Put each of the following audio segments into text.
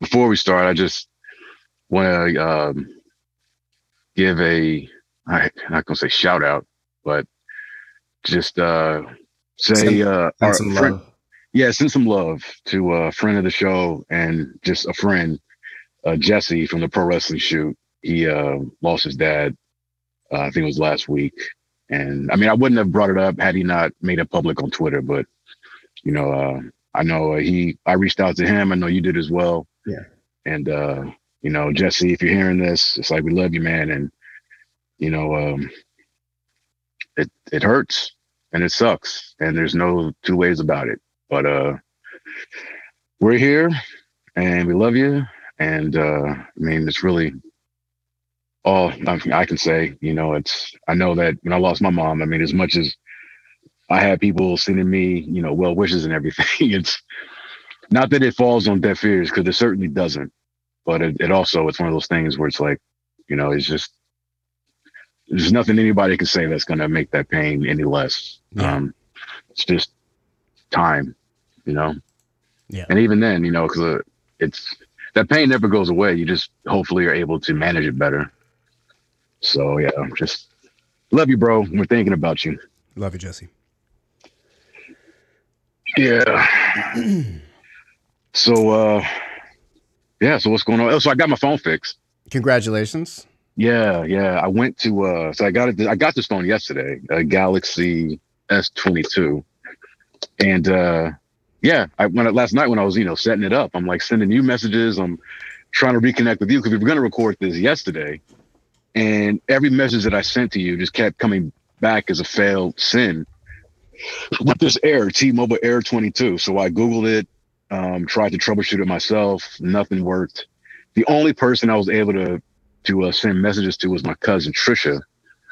before we start, I just want to um, give a I I'm not gonna say shout out, but just uh, say Send- uh, our Send some friend- love. yeah, send some love to a friend of the show and just a friend, uh, Jesse from the pro wrestling shoot. He uh, lost his dad. Uh, I think it was last week, and I mean, I wouldn't have brought it up had he not made it public on Twitter. But you know, uh, I know uh, he. I reached out to him. I know you did as well. Yeah. And uh, you know, Jesse, if you're hearing this, it's like we love you, man. And you know, um, it it hurts and it sucks, and there's no two ways about it but uh we're here and we love you and uh i mean it's really all I I can say you know it's i know that when i lost my mom i mean as much as i had people sending me you know well wishes and everything it's not that it falls on deaf ears because it certainly doesn't but it, it also it's one of those things where it's like you know it's just there's nothing anybody can say that's going to make that pain any less Yeah. um it's just time, you know. Yeah. And even then, you know, because uh, it's that pain never goes away. You just hopefully are able to manage it better. So yeah, just love you, bro. We're thinking about you. Love you, Jesse. Yeah. so uh, yeah. So what's going on? Oh, so I got my phone fixed. Congratulations. Yeah, yeah. I went to uh so I got it I got this phone yesterday, a Galaxy S22. And uh yeah, I when I, last night when I was, you know, setting it up, I'm like sending you messages, I'm trying to reconnect with you cuz we were going to record this yesterday. And every message that I sent to you just kept coming back as a failed sin with this error, T-Mobile Air 22. So I googled it, um tried to troubleshoot it myself, nothing worked. The only person I was able to to uh, send messages to was my cousin Trisha.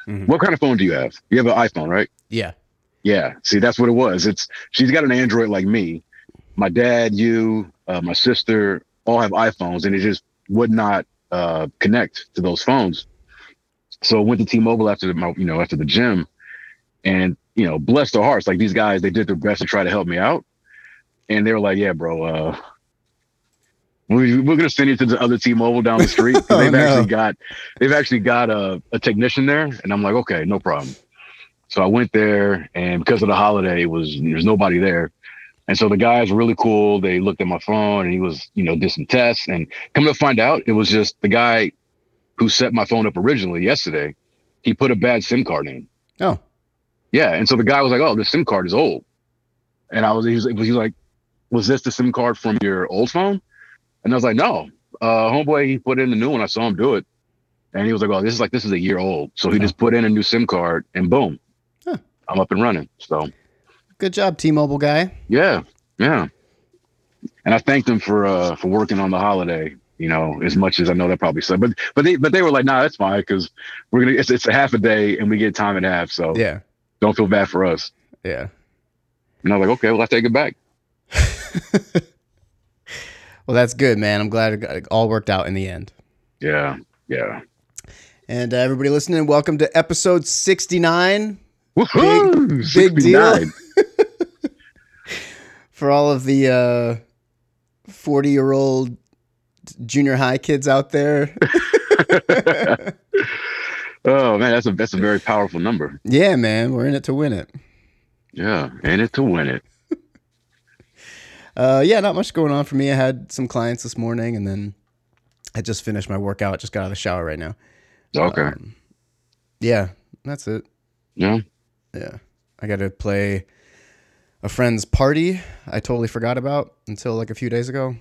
Mhm. What kind of phone do you have? You have an iPhone, right? Yeah. Yeah. See, that's what it was. It's she's got an Android like me. My dad, you, uh, my sister, all have iPhones, and it just would not uh, connect to those phones. So I went to T-Mobile after the, my, you know, after the gym, and you know, bless their hearts, like these guys, they did their best to try to help me out, and they were like, "Yeah, bro, uh, we, we're gonna send you to the other T-Mobile down the street." 'Cause Oh, they've no. actually got, they've actually got a, a technician there, and I'm like, "Okay, no problem." So I went there, and because of the holiday, it was there's nobody there. And so the guys were really cool. They looked at my phone, and he was, you know, did some tests. And come to find out, it was just the guy who set my phone up originally yesterday. He put a bad SIM card in. Oh. Yeah, and so the guy was like, "Oh, this SIM card is old," and I was he was, he was like, "Was this the SIM card from your old phone?" And I was like, "No, uh, homeboy, he put in the new one. I saw him do it." And he was like, "Oh, this is like this is a year old." So he just put in a new SIM card, and boom, Huh. I'm up and running. So Good job, T-Mobile guy. yeah, yeah. And I thanked them for uh, for working on the holiday. You know, as much as I know that probably said, but but they but they were like, "Nah, that's fine because we're gonna it's, it's a half a day and we get time and a half, so Yeah. don't feel bad for us." Yeah. And I was like, "Okay, well I take it back." Well, that's good, man. I'm glad it got- it all worked out in the end. Yeah, yeah. And uh, everybody listening, welcome to episode 69. Woohoo! big deal. 69. for all of the uh, 40 year old junior high kids out there. Oh man, that's a that's a very powerful number. yeah, man, we're in it to win it. Yeah, in it to win it. Uh, yeah, not much going on for me. I had some clients this morning and then I just finished my workout. Just got out of the shower right now. Okay. Um, yeah, that's it. yeah. Yeah. I got to play a friend's party I totally forgot about until like a few days ago.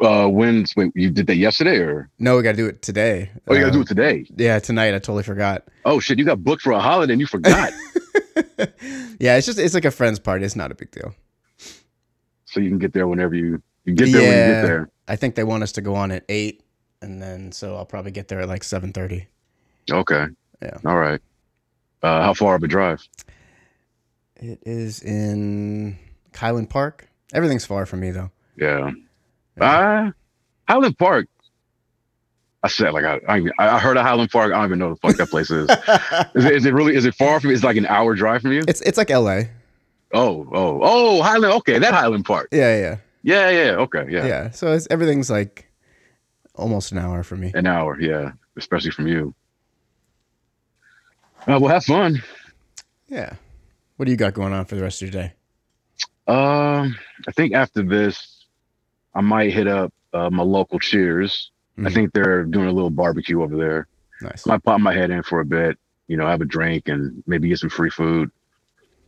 Uh, when's wait? You did that yesterday, or No, we got to do it today. oh, you gotta Uh, do it today? Yeah, tonight. I totally forgot. Oh shit, you got booked for a holiday and you forgot. yeah, it's just it's like a friend's party. It's not a big deal. so you can get there whenever you you get there when you Yeah. get there. I think they want us to go on at eight, and then so I'll probably get there at like seven thirty. Okay. Yeah. All right. Uh, how far of a drive? It is in Kylan Park. Everything's far from me though. Yeah. Yeah. Uh, Highland Park. I said like I I, I heard of Highland Park. I don't even know the fuck that place is. is, it, is it really? Is it far from? It's like an hour drive from you. it's it's like L.A. Oh, oh, oh, Highland. Okay, that Highland Park. Yeah, yeah. Yeah, yeah, okay, Yeah. yeah. So it's, everything's like almost an hour for me. An hour, yeah, especially from you. Uh, well, have fun. Yeah. What do you got going on for the rest of your day? Um, I think after this, I might hit up uh, my local Cheers. I Mhm. think they're doing a little barbecue over there. Nice. I might pop my head in for a bit, you know, have a drink and maybe get some free food.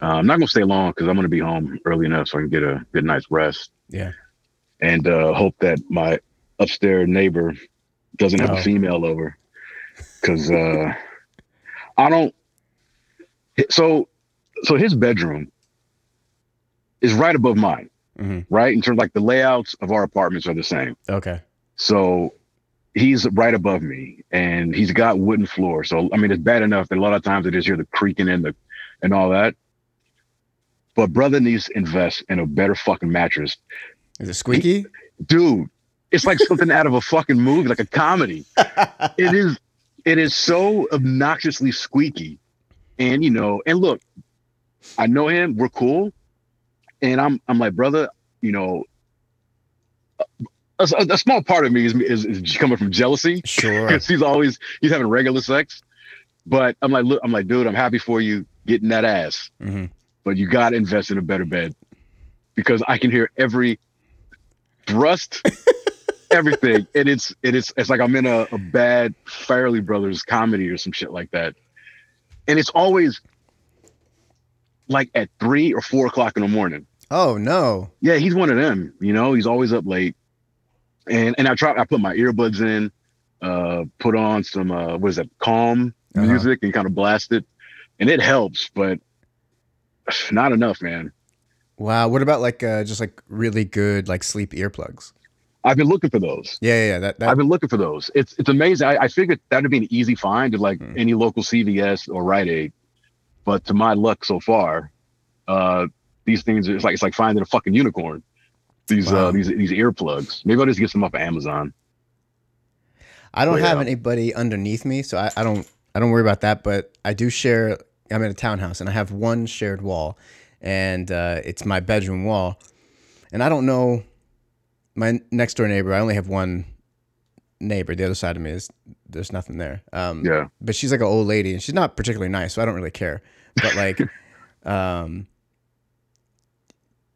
Uh, I'm not gonna stay long because I'm gonna be home early enough so I can get a good night's rest Yeah. and uh, hope that my upstairs neighbor doesn't have No. a female over because uh, I don't. So, so his bedroom is right above mine hmm right? In terms of like the layouts of our apartments are the same. Okay. So he's right above me and he's got wooden floor. So I mean it's bad enough that a lot of times I just hear the creaking and the and all that. But brother needs to invest in a better fucking mattress. Is it squeaky? Dude, it's like something out of a fucking movie, like a comedy. It is it is so obnoxiously squeaky. And you know, and look, I know him, we're cool. And I'm I'm like, brother, you know, a, a- a small part of me is, is, is coming from jealousy sure. because he's always he's having regular sex. But I'm like, look, I'm like, dude, I'm happy for you getting that ass, hmm but you gotta invest in a better bed because I can hear every thrust, everything, and it's it is it's like I'm in a, a bad Farrelly Brothers comedy or some shit like that, and it's always like at three or four o'clock in the morning Oh no. yeah, he's one of them. You know, he's always up late. And and I try I put my earbuds in, uh, put on some uh what is that, calm Uh-huh. music and kind of blast it. And it helps, but not enough, man. Wow. What about like uh, just like really good like sleep earplugs? I've been looking for those. Yeah, yeah, yeah. That that I've been looking for those. It's it's amazing. I, I figured that'd be an easy find at like Hmm. any local CVS or Rite Aid. But to my luck so far, uh these things it's like it's like finding a fucking unicorn. These Wow. uh these these earplugs. Maybe I'll just get some off of Amazon. I don't Wait, have uh, anybody underneath me, so I, I don't I don't worry about that. But I do share. I'm in a townhouse, and I have one shared wall, and uh, it's my bedroom wall. And I don't know my next door neighbor. I only have one neighbor. The other side of me is there's nothing there. Um, Yeah. But she's like an old lady, and she's not particularly nice, so I don't really care. But like, um,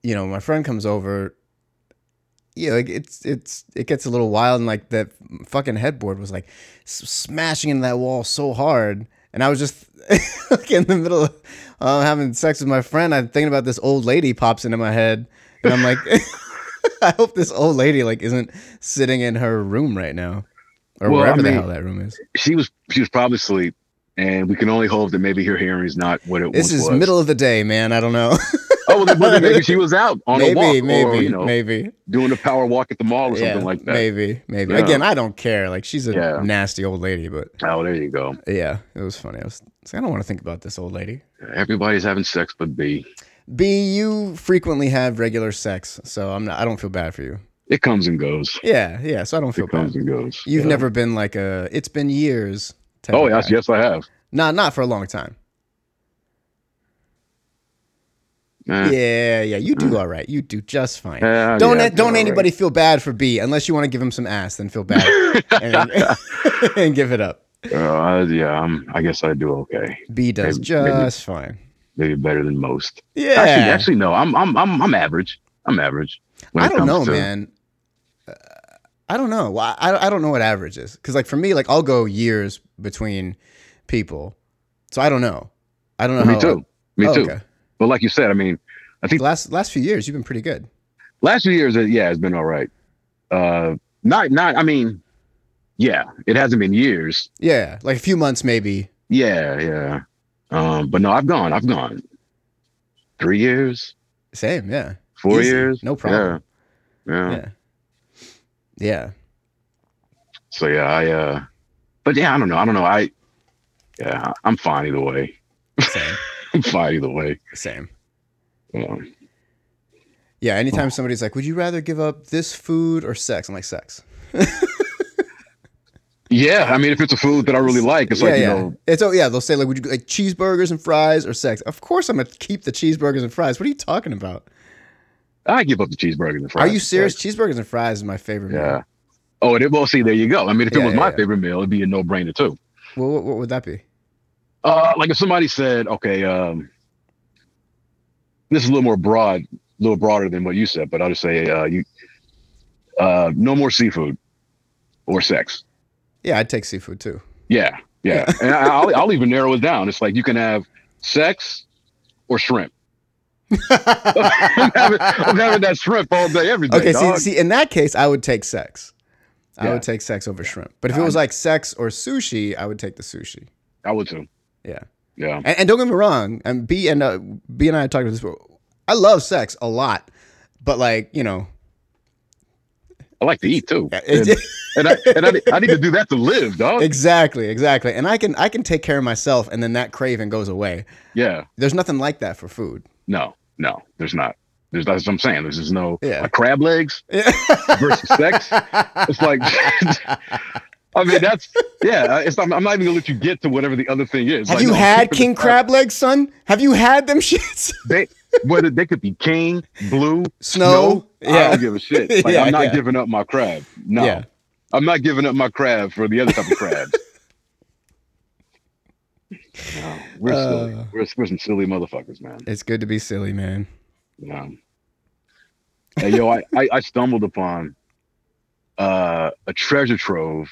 you know, my friend comes over. Yeah, like it's it's it gets a little wild, and like that fucking headboard was like s- smashing into that wall so hard, and I was just like in the middle of uh, having sex with my friend. I'm thinking about this old lady pops into my head, and I'm like, I hope this old lady like isn't sitting in her room right now, or Well, I wherever the mean- hell that room is. she was she was probably asleep, and we can only hope that maybe her hearing is not what it once This is was. middle of the day, man. I don't know. Oh, well, then- well, then maybe she was out on maybe, a walk, maybe, or you know, maybe, doing a power walk at the mall or something like that. Maybe, maybe. Yeah. Again, I don't care. Like she's a Yeah. nasty old lady, but Oh, there you go. yeah, it was funny. I was it's like, I don't want to think about this old lady. Everybody's having sex, but B. B, you frequently have regular sex, so I'm not. I don't feel bad for you. It comes and goes. Yeah, yeah. So I don't feel It comes bad. and goes. You've Yeah. never been like a. It's been years. Type Oh of yes, guy. yes, I have. Not not for a long time. Eh, Yeah, yeah. You do all right. You do just fine. eh, don't yeah, don't yeah, anybody feel bad for B unless you want to give him some ass. Then feel bad and, and give it up. right. Uh, yeah, I'm, I guess I do okay. B does Maybe- just fine. Maybe better than most. Yeah, Actually, actually, no. I'm I'm I'm I'm average. I'm average. when I it don't comes know, to- man. Uh, I don't know. Well, I I don't know what average is because, like, for me, like I'll go years between people, so I don't know. I don't know. Me how, too. Me Oh, too. okay. But like you said, I mean, The last last few years, you've been pretty good. last few years, uh, yeah, it's been all right. Uh, not, not. I mean, yeah, it hasn't been years. Yeah, like a few months maybe. Yeah, yeah. Um, but no, I've gone. I've gone. Three years, Same. Yeah. four Easy, years, no problem. Yeah, yeah. Yeah. Yeah. So yeah, I. uh But yeah, I don't know. I don't know. I. Yeah, I'm fine either way. Same. I'm fine either way. Same. Um, Yeah. Anytime somebody's like, "Would you rather give up this food or sex?" I'm like, "Sex." yeah, I mean, if it's a food that I really like, it's yeah, like yeah. you know, It's oh yeah. They'll say like, "Would you like cheeseburgers and fries or sex?" Of course, I'm gonna keep the cheeseburgers and fries. What are you talking about? I give up the cheeseburger and the fries. Are you serious? Cheeseburgers and fries is my favorite. meal. Yeah. Oh, and it well, see, there you go. I mean, if Yeah, it was yeah, my yeah. favorite meal, it'd be a no-brainer too. Well, what, what would that be? Uh, like if somebody said, okay, um, this is a little more broad, a little broader than what you said, but I'll just say, uh, you, uh, no more seafood or sex. Yeah, I'd take seafood too. Yeah, yeah. and I, I'll, I'll even narrow it down. It's like you can have sex or shrimp. I'm, having, I'm having that shrimp all day, every day. okay, see, dog. see, in that case, I would take sex. I Yeah. would take sex over shrimp. But if it was like sex or sushi, I would take the sushi. I would too. Yeah. Yeah. And, and don't get me wrong. And B and uh, B and I talked about this. Before. I love sex a lot, but like you know, I like to eat too. it- And, and I, and I, I need to do that to live, dog. exactly, exactly. And I can I can take care of myself, and then that craving goes away. Yeah. There's nothing like that for food. No, no, there's not. There's that's what I'm saying. There's just no Yeah. like crab legs Yeah. versus sex. It's like I mean that's yeah. uh, It's I'm, I'm not even gonna let you get to whatever the other thing is. Have Like, you no, had keep it king the- crab legs, son? Have you had them shits? They whether they could be king, blue, Snow. I Yeah. don't give a shit. Like, Yeah, I'm not yeah. giving up my crab. No, Yeah. I'm not giving up my crab for the other type of crabs. No, we're silly. Uh. We're, we're some silly motherfuckers, man. It's good to be silly, man. Um, hey, yo, I, I, I stumbled upon uh, a treasure trove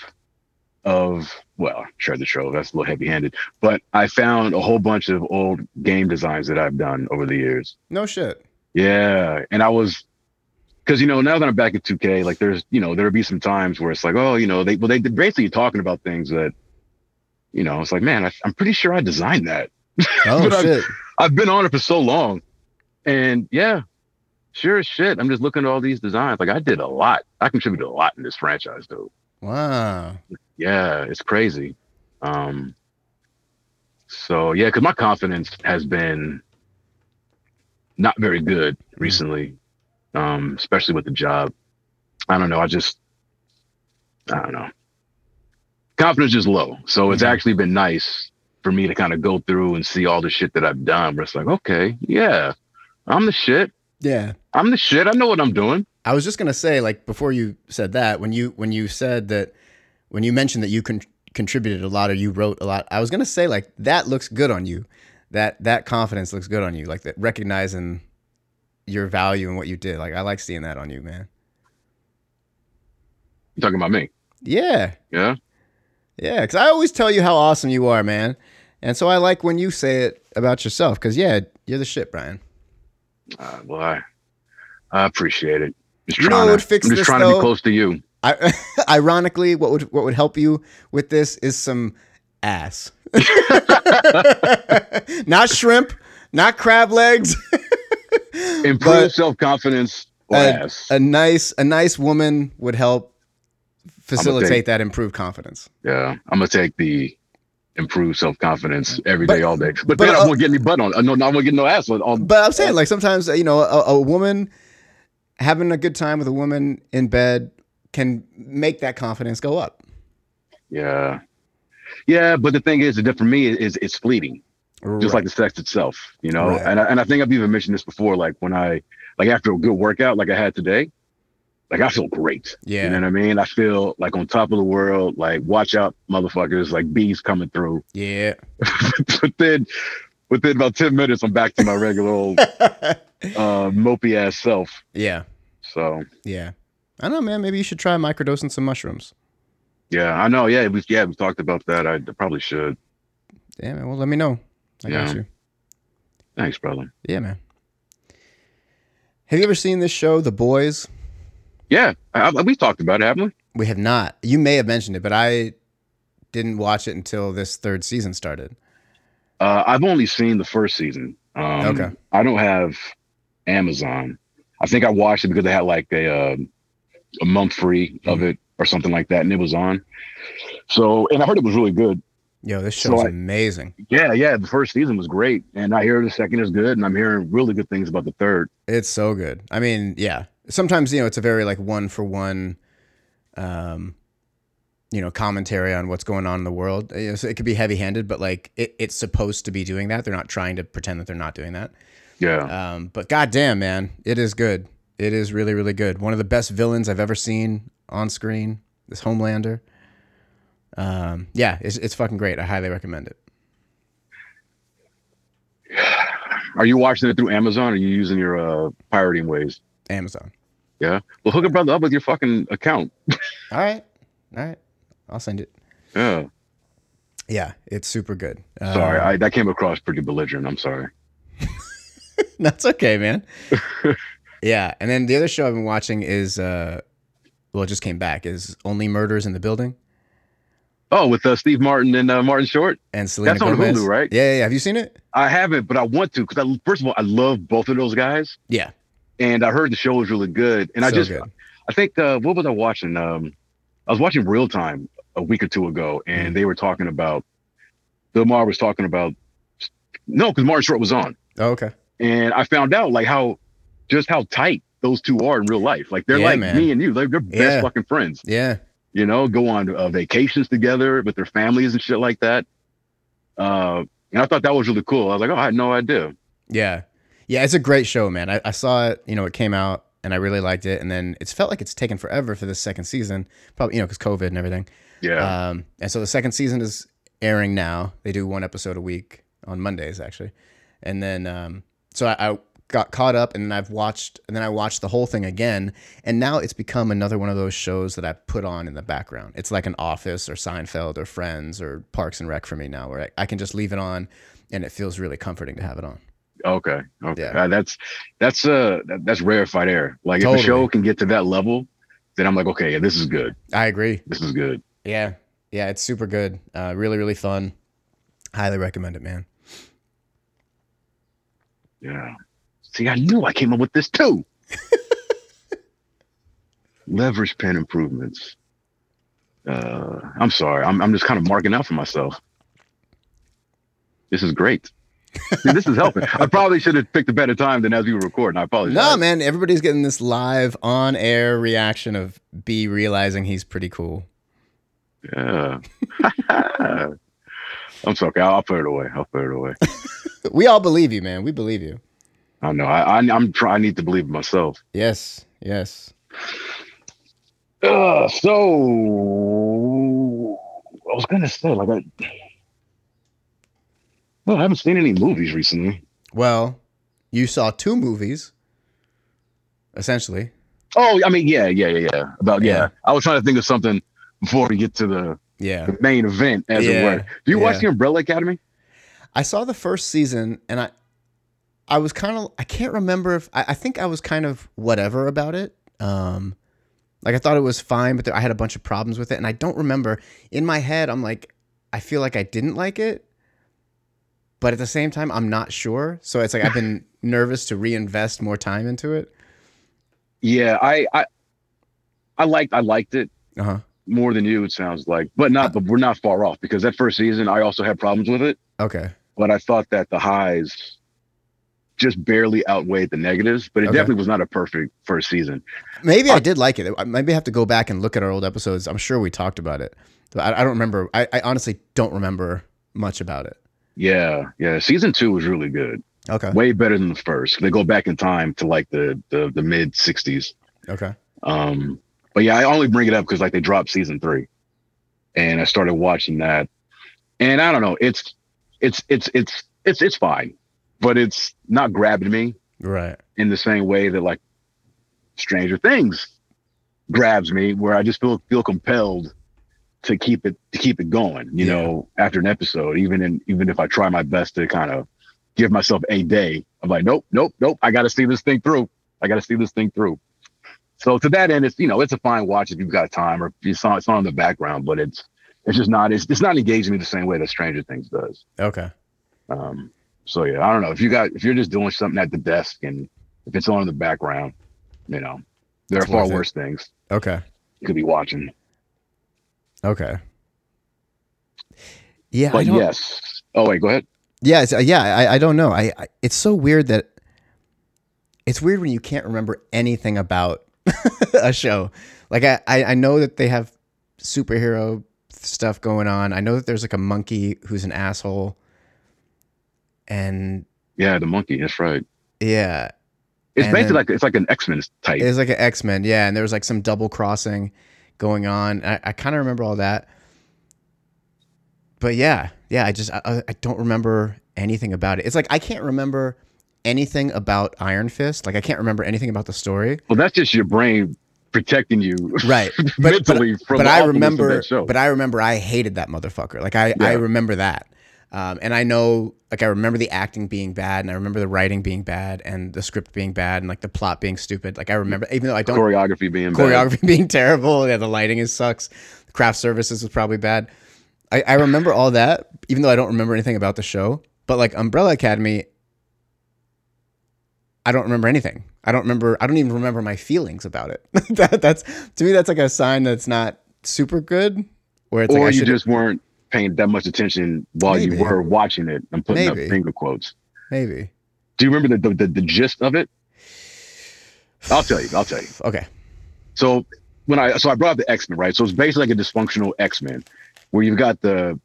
of, well, treasure trove, that's a little heavy handed, but I found a whole bunch of old game designs that I've done over the years. No shit. Yeah. And I was, because, you know, now that I'm back at 2K, like there's, you know, there'll be some times where it's like, oh, you know, they, well, they they're basically talking about things that, you know, it's like, man, I, I'm pretty sure I designed that. Oh But I'm- shit. I've been on it for so long. And yeah, sure as shit. I'm just looking at all these designs. Like I did a lot. I contributed a lot in this franchise, though. Wow. Yeah, it's crazy. Um so yeah, because my confidence has been not very good recently. Um, especially with the job. I don't know. I just I don't know. Confidence is low. So it's Mhm. actually been nice for me to kind of go through and see all the shit that I've done where it's like, okay, yeah, I'm the shit. Yeah. I'm the shit. I know what I'm doing. I was just gonna say, like before you said that, when you when you said that, when you mentioned that you con- contributed a lot or you wrote a lot, I was gonna say like that looks good on you, that that confidence looks good on you, like that recognizing your value and what you did. Like I like seeing that on you, man. You're talking about me. Yeah, Yeah. yeah. Because I always tell you how awesome you are, man, and so I like when you say it about yourself. Because yeah, you're the shit, Brian. Uh, well, I, I appreciate it. Just You know trying what would to, fix I'm just this, trying to though? be close to you. I, ironically, what would what would help you with this is some ass. not shrimp, not crab legs. Improve But- self confidence or Uh, ass. a nice a nice woman would help facilitate take- that improved confidence. yeah. I'm gonna take the improve self confidence every But- day, all day. But, but, then I uh, won't get any butt on. uh, No, I won't get no ass um, on. on But I'm saying like sometimes you know a, a woman having a good time with a woman in bed can make that confidence go up. yeah. Yeah, but the thing is, the difference for me is it's fleeting, just like the sex itself, you know. Right. And I, and I think I've even mentioned this before. Like when I like after a good workout, like I had today, like I feel great. yeah. You know what I mean? I feel like on top of the world, like watch out, motherfuckers, like bees coming through. Yeah. but then within about 10 minutes, I'm back to my regular old uh, mopey ass self. yeah. So Yeah. I don't know, man. Maybe you should try microdosing some mushrooms. yeah, I know. Yeah, we yeah, we talked about that. I probably should. Yeah, man. Well, let me know. I Yeah. got you. Thanks, brother. Yeah, man. Have you ever seen this show, The Boys? Yeah, I, I- we talked about it, haven't we? We have not. You may have mentioned it, but I didn't watch it until this third season started. Uh, I've only seen the first season. Um, Okay. I don't have Amazon. I think I watched it because they had like a uh, a month free of Mm-hmm. it or something like that, and it was on. So, and I heard it was really good. Yo, this So show's I- amazing. Yeah, yeah. The first season was great, and I hear the second is good, and I'm hearing really good things about the third. It's so good. I mean, yeah. Sometimes, you know, it's a very like one for one um you know, commentary on what's going on in the world. You know, so it could be heavy handed, but like it, it's supposed to be doing that. They're not trying to pretend that they're not doing that. Yeah, Um, but goddamn, man, it is good. It is really, really good. One of the best villains I've ever seen on screen. This Homelander. Um, yeah, it's it's fucking great. I highly recommend it. Are you watching it through Amazon or are you using your uh, pirating ways? Amazon. Yeah. Well, hook a brother up with your fucking account. All right, all right. I'll send it. Yeah. Yeah, it's super good. Sorry, Um, I, that came across pretty belligerent. I'm sorry. That's okay, man. yeah, and then the other show I've been watching is, uh, well, it just came back is Only Murders in the Building Oh, with uh, Steve Martin and uh, Martin Short. and Selena That's on Gomez. Hulu, right? Yeah, yeah, yeah. Have you seen it? I haven't, but I want to because I first of all I love both of those guys, Yeah, and I heard the show was really good. And I so just good. I think uh, what was I watching? Um, I was watching Real Time a week or two ago, Mm. and they were talking about Bill Maher was talking about no, because Martin Short was on, Oh, okay. and I found out like how just how tight those two are in real life. Like they're Yeah, like man. me and you. They're, they're best Yeah. fucking friends. Yeah, you know, go on uh, vacations together with their families and shit like that. Uh, and I thought that was really cool. I was like, oh, I had no idea. yeah, yeah. It's a great show, man. I, I saw it. You know, it came out and I really liked it. And then it's felt like it's taken forever for this second season, probably you know because COVID and everything. Yeah. Um, and so the second season is airing now. They do one episode a week on Mondays, actually. And then, um, so I, I got caught up and I've watched, and then I watched the whole thing again. And now it's become another one of those shows that I put on in the background. It's like an Office or Seinfeld or Friends or Parks and Rec for me now, where I, I can just leave it on and it feels really comforting to have it on. okay. Okay. yeah. Uh, that's that's uh that- that's rarefied air. Like if Totally. a show can get to that level, then I'm like, okay, yeah, this is good. I agree. This is good. Yeah. Yeah. It's super good. Uh, really, really fun. Highly recommend it, man. Yeah. See, I knew I came up with this too. Leverage pen improvements. Uh, I'm sorry. I'm I'm just kind of marking out for myself. This is great. See, this is helping. I probably should have picked a better time than as we were recording. I apologize. No, man, everybody's getting this live on air reaction of B realizing he's pretty cool. Yeah. I'm sorry. Okay, I'll, I'll put it away. I'll put it away. We all believe you, man. We believe you. I know. I, I I'm trying. I need to believe in myself. Yes, yes. Uh, so I was gonna say, like, I, well, I haven't seen any movies recently. Well, you saw two movies, essentially. Oh, I mean, yeah, yeah, yeah, yeah. About yeah, I was trying to think of something before we get to the, Yeah. the main event, as Yeah, it were. Do you watch yeah. the Umbrella Academy? I saw the first season and I I was kind of I can't remember if I, I think I was kind of whatever about it. Um like I thought it was fine, but there, I had a bunch of problems with it and I don't remember. In my head, I'm like I feel like I didn't like it. But at the same time, I'm not sure. So it's like I've been nervous to reinvest more time into it. Yeah, I, I, I liked, I liked it Uh-huh. more than you. It sounds like, but not, but we're not far off because that first season, I also had problems with it, Okay. but I thought that the highs just barely outweighed the negatives. But it Okay. definitely was not a perfect first season. Maybe I did like it. I- Maybe I have to go back and look at our old episodes. I'm sure we talked about it. But I, I don't remember. I, I honestly don't remember much about it. Yeah, yeah. Season two was really good. Okay. Way better than the first. They go back in time to like the the, the mid '60s. Okay. Um, but yeah, I only bring it up because like they dropped season three, and I started watching that, and I don't know. It's it's it's it's it's it's fine, but it's not grabbing me Right. in the same way that like Stranger Things grabs me, where I just feel feel compelled to keep it to keep it going. You Yeah. know, after an episode, even in even if I try my best to kind of give myself a day, I'm like, nope, nope, nope. I got to see this thing through. I got to see this thing through. So to that end, it's you know it's a fine watch if you've got time or if it's on it's on in the background, but it's it's just not it's it's not engaging me the same way that Stranger Things does. Okay. Um, so yeah, I don't know if you got if you're just doing something at the desk and if it's on in the background, you know, there are It's far worth it. worse things Okay. you could be watching. Okay. Yeah. I But don't, yeah. yes, oh wait, go ahead. Yeah. it's- uh, yeah I, I don't know. I, I. It's so weird that. It's weird when you can't remember anything about a show. Like I, I, I know that they have superhero stuff going on. I know that there's like a monkey who's an asshole. And Yeah, the monkey. That's right. yeah, It's And basically then- like it's like an X Men type. It was like an X Men, yeah, and there was like some double crossing going on. I, I kind of remember all that, but yeah, yeah, I just I- I, I don't remember anything about it. It's like I can't remember anything about Iron Fist. Like I can't remember anything about the story. well, that's just your brain protecting you Right, but but, mentally from but the I awfulness of remember, that show. but I remember I hated that motherfucker. Like I Yeah. I remember that. Um, and I know, like, I remember the acting being bad, and I remember the writing being bad, and the script being bad, and like the plot being stupid. Like, I remember, even though I don't choreography being bad. choreography being terrible. Yeah, the lighting is sucks. Craft services was probably bad. I, I remember all that, even though I don't remember anything about the show. But like Umbrella Academy, I don't remember anything. I don't remember. I don't even remember my feelings about it. that, that's to me, that's like a sign that's not super good. Where it's or like I you should just weren't paying that much attention while Maybe. you were watching it. I'm putting Maybe. up finger quotes. maybe. Do you remember the the, the, the gist of it? I'll tell you. I'll tell you. Okay. So when I so I brought up the X Men, right? So it's basically like a dysfunctional X Men, where you've got the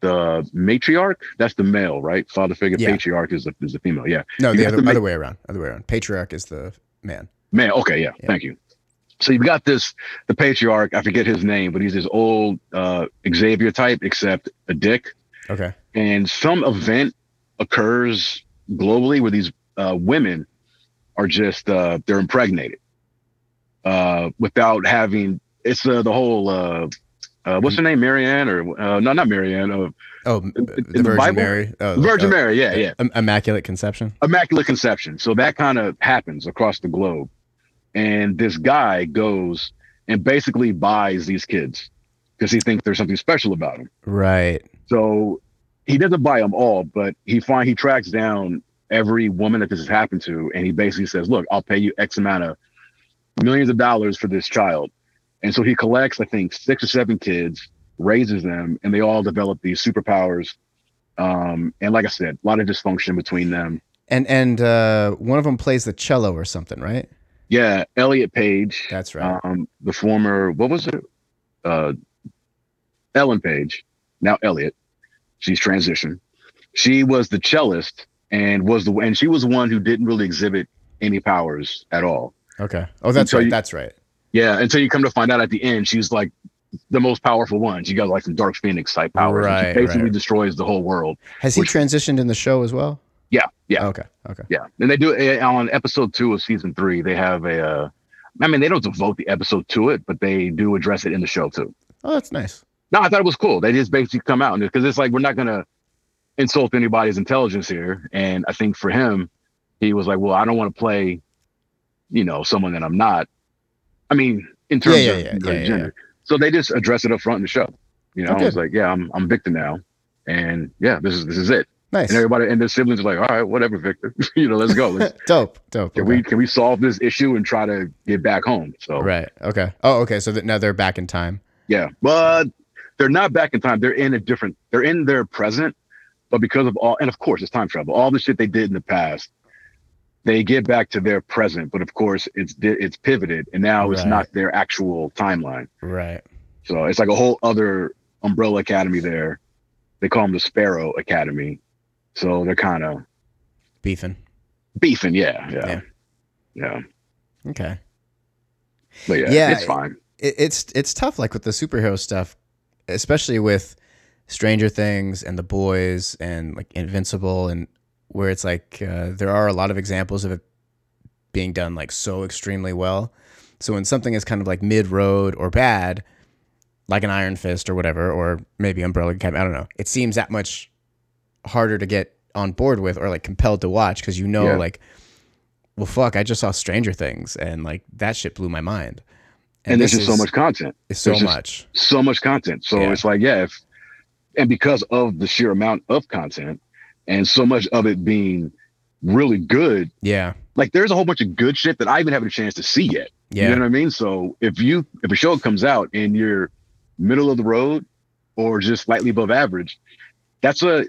the matriarch. That's the male, right? Father figure. Yeah. Patriarch is the is the female. Yeah. No, You the have other, to make- other way around. Other way around. Patriarch is the man. Man, okay, yeah, Yeah. thank you. So you've got this the patriarch, I forget his name, but he's this old uh Xavier type, except a dick. Okay. And some event occurs globally where these uh women are just uh they're impregnated. Uh without having it's uh, the whole uh uh, what's Mm-hmm. her name? Marianne or uh, no, not Marianne. Uh, Oh, the in the Virgin Bible? Mary. Oh, Virgin oh, Mary. Yeah, yeah. Im- Immaculate Conception. immaculate conception. So that kind of happens across the globe. And this guy goes and basically buys these kids because he thinks there's something special about them. Right. So he doesn't buy them all, but he find he tracks down every woman that this has happened to, and he basically says, "Look, I'll pay you X amount of millions of dollars for this child." And so he collects, I think, six or seven kids, raises them, and they all develop these superpowers. Um, and like I said, a lot of dysfunction between them. and and uh, one of them plays the cello or something, right? Yeah, Elliot Page, That's right. um, the former what was it? Uh, Ellen Page, now Elliot. She's transitioned. She was the cellist and was the and she was the one who didn't really exhibit any powers at all. okay. Oh, that's so right. you- that's right. Yeah, until you come to find out at the end, she's like the most powerful one. She got like some Dark Phoenix type powers. and Right, she basically right. destroys the whole world. Has he Which- transitioned in the show as well? Yeah, yeah. Okay. Okay. Yeah, and they do eh, on episode two of season three. They have a, uh, I mean, they don't devote the episode to it, but they do address it in the show too. Oh, that's nice. No, I thought it was cool. They just basically come out and because it's like we're not gonna insult anybody's intelligence here. And I think for him, he was like, well, I don't want to play, you know, someone that I'm not. I mean, in terms yeah, of yeah, of yeah, yeah, gender. So they just address it up front in the show. You know, Okay. I was like, yeah, I'm I'm Victor now, and yeah, this is this is it. Nice. And everybody and their siblings are like, all right, whatever, Victor. you know, let's go. Let's dope. Dope. can okay. we can we solve this issue and try to get back home so Right. Okay. Oh, okay. So that now they're back in time. yeah but they're not back in time they're in a different they're in their present but because of all and of course it's time travel all the shit they did in the past they get back to their present but of course it's di- it's pivoted and now it's Right. not their actual timeline Right. so it's like a whole other umbrella academy there they call them the sparrow academy so they're kind of Beefing. beefing yeah yeah Yeah. yeah, Okay. but yeah, Yeah, it's fine it, it's it's tough like with the superhero stuff especially with stranger things and the boys and like invincible and where it's like uh, there are a lot of examples of it being done like so extremely well so when something is kind of like mid-road or bad like an iron fist or whatever or maybe umbrella academy i don't know it seems that much harder to get on board with or like compelled to watch because you know Yeah. like well fuck i just saw stranger things and like that shit blew my mind and, there's this just so is- much content it's so There's just- much. so much content. So Yeah. it's like, yeah, if, and because of the sheer amount of content and so much of it being really good, Yeah. like there's a whole bunch of good shit that I even haven't a chance to see yet. Yeah. You know what I mean? So if you, if a show comes out and you're middle of the road or just slightly above average, that's a,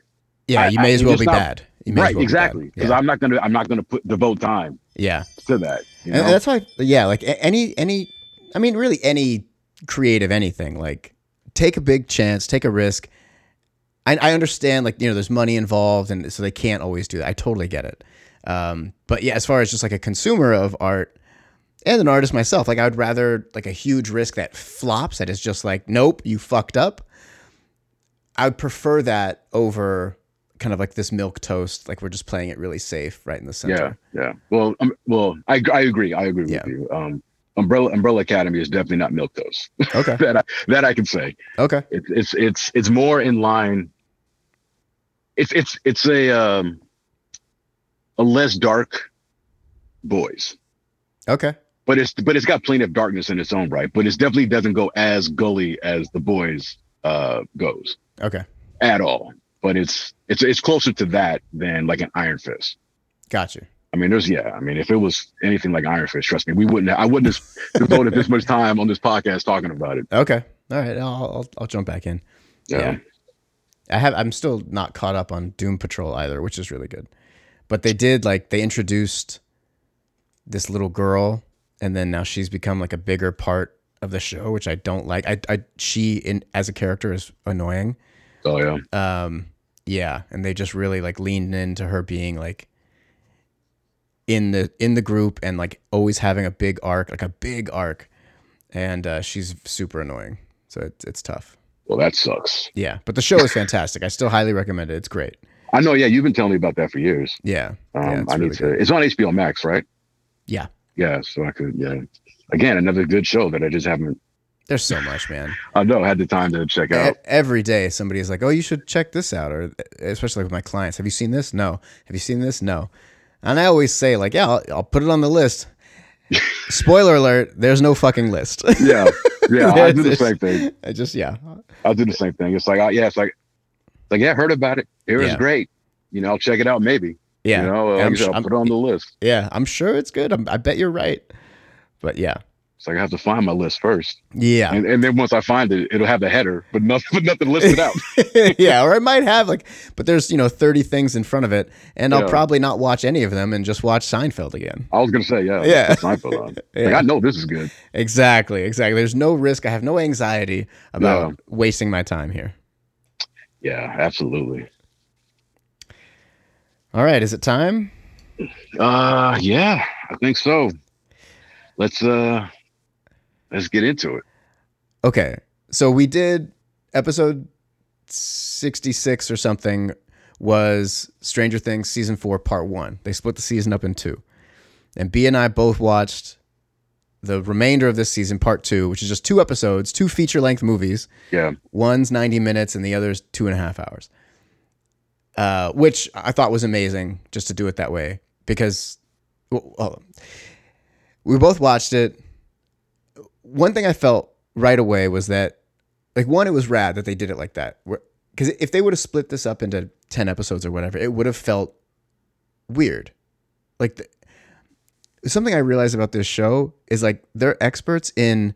yeah. I- You I- may as you well just be not- bad. You may as right. well be exactly. bad. Cause I'm not going to, I'm not going to put devote time Yeah. to that. You yeah. And know? that's why, yeah, like a- any, any, I mean, really any creative anything, like take a big chance, take a risk. I, I understand, like, you know, there's money involved and so they can't always do that. I totally get it. Um, but yeah, as far as just like a consumer of art and an artist myself, like I would rather like a huge risk that flops that is just like, nope, you fucked up. I would prefer that over kind of like this milk toast, like we're just playing it really safe right in the center. Yeah, yeah. Well, um, well, I I agree. I agree Yeah. with you. Um, Umbrella Umbrella Academy is definitely not milk toast. Okay. that I, that I can say. Okay. It's it's it's it's more in line. It's it's it's a um a less dark boys, Okay. but it's but it's got plenty of darkness in its own right. But it definitely doesn't go as gully as the boys uh goes Okay. at all. But it's it's it's closer to that than like an Iron Fist. Got you. I mean, there's yeah. I mean, if it was anything like Iron Fist, trust me, we wouldn't. I wouldn't have devoted this much time on this podcast talking about it. Okay. All right. I'll, I'll, I'll jump back in. Yeah. I have I'm still not caught up on Doom Patrol either, which is really good. But they did like they introduced this little girl and then now she's become like a bigger part of the show, which I don't like. I, I she in as a character is annoying. Oh yeah. Um yeah, and they just really like leaned into her being like in the in the group and like always having a big arc, like a big arc. And uh, she's super annoying. So it's it's tough. Well, that sucks. Yeah, but the show is fantastic. I still highly recommend it. It's great. I know. Yeah, you've been telling me about that for years. Yeah. Um, Yeah, it's I need really to. good. It's on HBO Max, right? Yeah. Yeah. So I could. Yeah. Again, another good show that I just haven't. There's so much, man. I know I had the time to check out. E- Every day somebody is like, "Oh, you should check this out," or especially with my clients, "Have you seen this?" No. "Have you seen this?" No. And I always say like, "Yeah, I'll, I'll put it on the list." Spoiler alert, there's no fucking list. Yeah. Yeah. I do the There's- same thing. I just yeah. I do the same thing. It's like, oh, yeah. It's like, like yeah, I heard about it. It was Yeah. great. You know, I'll check it out maybe. Yeah. You know, uh, like I'm you said, su- I'll I'm- put it on the list. yeah, I'm sure it's good. I'm, I bet you're right. But yeah. It's like I have to find my list first. Yeah. and, and then once I find it, it'll have the header, but nothing, but nothing listed out. yeah, or I might have like, but there's you know 30 things in front of it, and I'll Yeah. probably not watch any of them and just watch Seinfeld again. I was gonna say, yeah, Yeah. that's Seinfeld on. Like, Yeah. I know this is good. Exactly, exactly. There's no risk. I have no anxiety about No. wasting my time here. Yeah, absolutely. All right, is it time? Uh, yeah, I think so. Let's uh, let's get into it. Okay, so we did episode 66 or something was Stranger Things season four, part one. They split the season up in two, and B and I both watched the remainder of this season, part two, which is just two episodes, two feature length movies. Yeah, One's 90 minutes and the other's two and a half hours, uh, which I thought was amazing just to do it that way because well, hold on. we both watched it. One thing I felt right away was that, like, one, it was rad that they did it like that. Because if they would have split this up into 10 episodes or whatever, it would have felt weird. Like, the, something I realized about this show is like they're experts in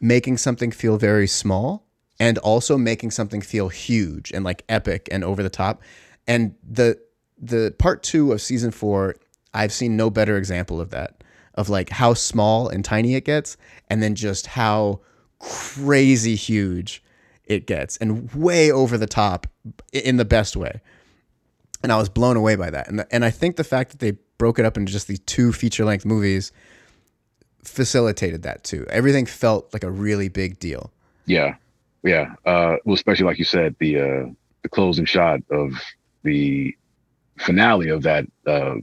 making something feel very small and also making something feel huge and like epic and over the top. And the the part 2 of season 4, I've seen no better example of that of like how small and tiny it gets and then just how crazy huge it gets and way over the top i- in the best way. And I was blown away by that. And the, and I think the fact that they broke it up into just these two feature-length movies facilitated that too. Everything felt like a really big deal. yeah, yeah. Uh, well, especially like you said, the uh, the closing shot of the finale of that uh,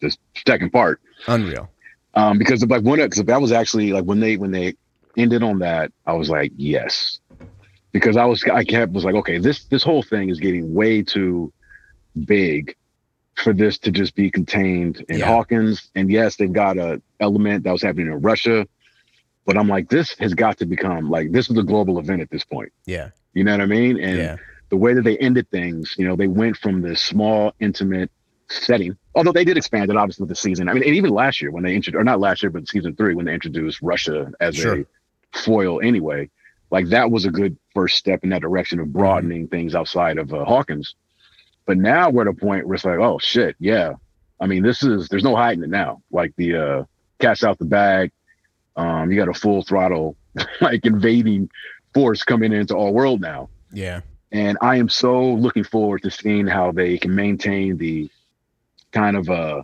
this second part Unreal. um, because of, like one because that was actually like when they when they ended on that, I was like yes, because I was I kept was like okay this this whole thing is getting way too big for this to just be contained in Yeah. Hawkins, and yes they've got a element that was happening in Russia, but I'm like this has got to become like this is a global event at this point. Yeah. You know what I mean? And yeah. the way that they ended things, you know, they went from this small, intimate setting. Although they did expand it, obviously, with the season. I mean, and even last year when they introduced, or not last year, but season three when they introduced Russia as Sure. a foil, anyway. Like that was a good first step in that direction of broadening things outside of uh, Hawkins. But now we're at a point where it's like, oh shit, yeah. I mean, this is there's no hiding it now. Like the uh, cat's out the bag. Um, you got a full throttle, like invading force coming into our world now. Yeah. And I am so looking forward to seeing how they can maintain the kind of uh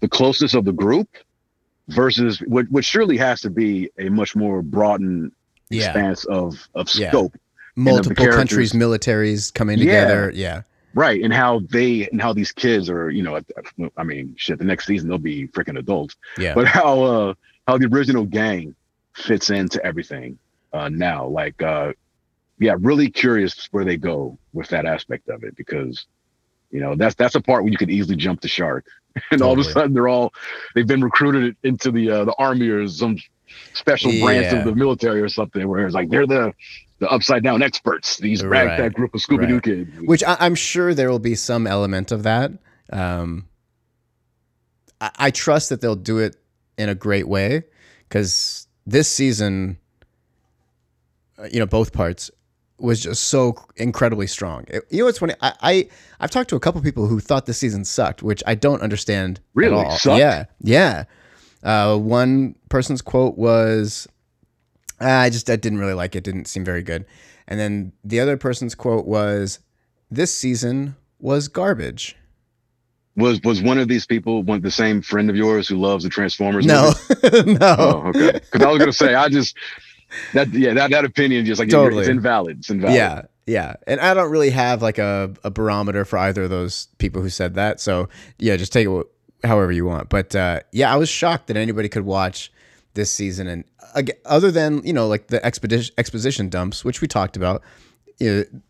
the closest of the group versus what which surely has to be a much more broadened yeah, expanse of of Yeah. scope. multiple characters- countries' militaries coming Yeah. together. Yeah, Right. And how they and how these kids are, you know, I mean, shit, the next season they'll be freaking adults. yeah, But how uh how the original gang fits into everything uh now. Like uh yeah, really curious where they go with that aspect of it because you know that's that's a part where you could easily jump the shark. And all of a Totally. sudden they're all they've been recruited into the uh the army or some special branch Yeah. of the military or something where it's like they're the the upside down experts, these Right. ragtag group of Scooby Doo Right. kids. which I, I'm sure there will be some element of that. Um, I, I trust that they'll do it in a great way because this season, uh, you know, both parts was just so incredibly strong. It- you know, what's funny. I, I I've talked to a couple people who thought this season sucked, which I don't understand. at Really? all. Sucked? Yeah, yeah. Uh, one person's quote was, "Ah, "I just I didn't really like it. Didn't seem very good." And then the other person's quote was, "This season was garbage." was was one of these people one the same friend of yours who loves the Transformers? No, movie? no. Oh, okay. Because I was gonna say I just that yeah that that opinion just like you're- Totally. it's invalid. It's invalid. Yeah, yeah. And I don't really have like a, a barometer for either of those people who said that. So yeah, just take it wh- however you want. But uh, yeah, I was shocked that anybody could watch this season. And ag- other than you know like the expedition exposition dumps, which we talked about, you know,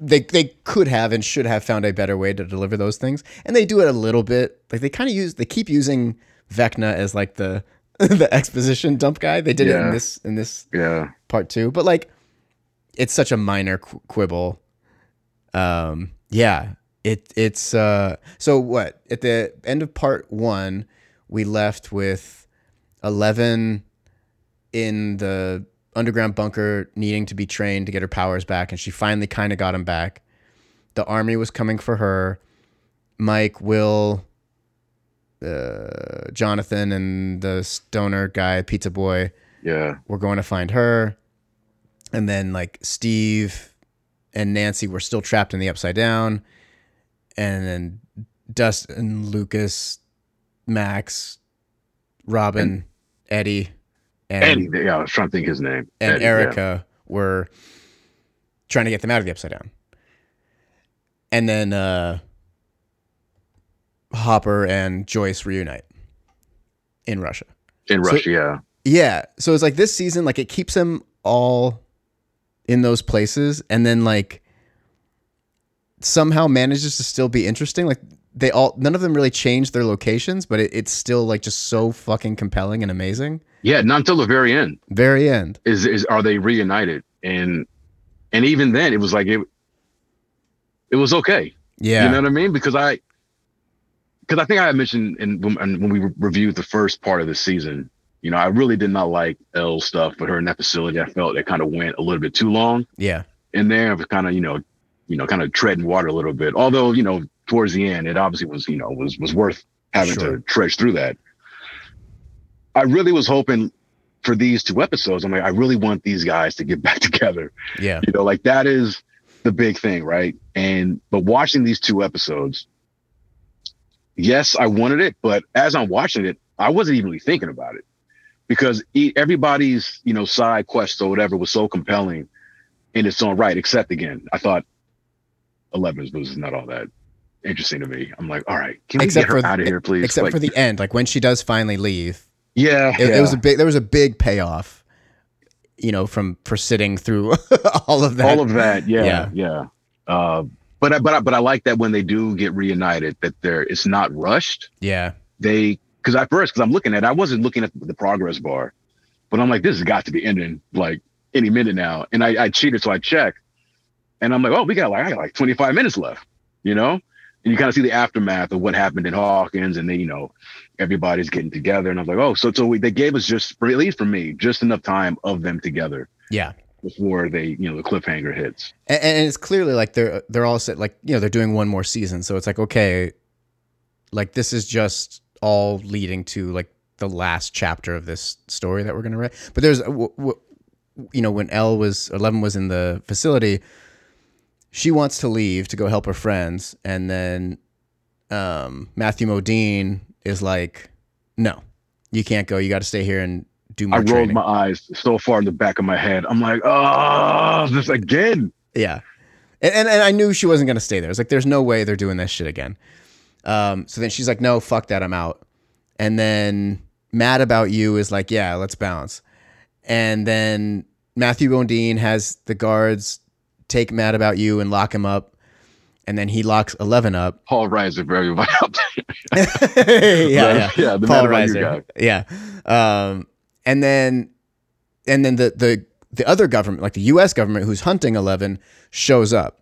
they they could have and should have found a better way to deliver those things. And they do it a little bit. Like they kind of use they keep using Vecna as like the the exposition dump guy. They did it Yeah. in this in this Yeah. part two, but like it's such a minor qu- quibble. Um, yeah, it it's uh, so what at the end of part one, we left with eleven in the underground bunker needing to be trained to get her powers back, and she finally kind of got him back. The army was coming for her. Mike, Will, uh, Jonathan, and the stoner guy, pizza boy, Yeah. we're going to find her. And then like Steve and Nancy were still trapped in the upside down. And then Dustin, Lucas, Max, Robin, Eddie, and Eddie. and, Yeah. I was trying to think his name. Eddie, yeah. Erica were trying to get them out of the upside down. And then uh Hopper and Joyce reunite in Russia. In So- Russia. yeah. Yeah. So it's like this season, like it keeps them all in those places and then like somehow manages to still be interesting. Like they all none of them really change their locations, but it, it's still like just so fucking compelling and amazing. Yeah. Not until the very end Very end. is is are they reunited and and even then it was like it it was okay. Yeah. You know what I mean? Because I, because I think I had mentioned in when, and when we re- reviewed the first part of the season, you know, I really did not like L stuff, but her in that facility, I felt it kind of went a little bit too long yeah. in there. It was kind of, you know, you know, kind of treading water a little bit. Although, you know, towards the end, it obviously was, you know, was was worth having Sure. to trudge through that. I really was hoping for these two episodes. I'm like, I really want these guys to get back together Yeah. you know like that is the big thing right and but watching these two episodes yes i wanted it but as i'm watching it i wasn't even really thinking about it because e- everybody's you know side quest or whatever was so compelling in its own right except again i thought 11's was not all that interesting to me i'm like all right can we Except get her for- out of here please Except Like, for the end, like when she does finally leave, yeah, it, yeah. it was a big there was a big payoff, you know, from for sitting through all of that. all of that yeah Yeah. yeah, Uh, but i but i but i like that when they do get reunited that they're it's not rushed yeah. they because at first because i'm looking at it, i wasn't looking at the progress bar but i'm like this has got to be ending like any minute now and i, I cheated so i checked and i'm like oh we got like i got like 25 minutes left you know and you kind of see the aftermath of what happened in hawkins and then you know everybody's getting together and i was like oh so so we, they gave us just at least for me just enough time of them together Yeah. before they you know the cliffhanger hits and, and it's clearly like they're they're all set like you know they're doing one more season so it's like okay like this is just all leading to like the last chapter of this story that we're going to write but there's w- w- you know when L was 11 was in the facility she wants to leave to go help her friends and then um, Matthew Modine is like, no, you can't go. You got to stay here and do I more rolled training. my eyes so far in the back of my head. I'm like, oh, this again. yeah. And, and, and I knew she wasn't going to stay there. It's like, there's no way they're doing this shit again. Um, so then she's like, no, fuck that. I'm out. And then Mad About You is like, yeah, let's bounce. And then Matthew Bondine has the guards take Mad About You and lock him up. And then he locks 11 up. Paul Reiser for everybody out there. yeah, yeah. yeah. The Paul Mad About You guy. Reiser. Yeah. Um, and then and then the the the other government, like the US government who's hunting Eleven, shows up.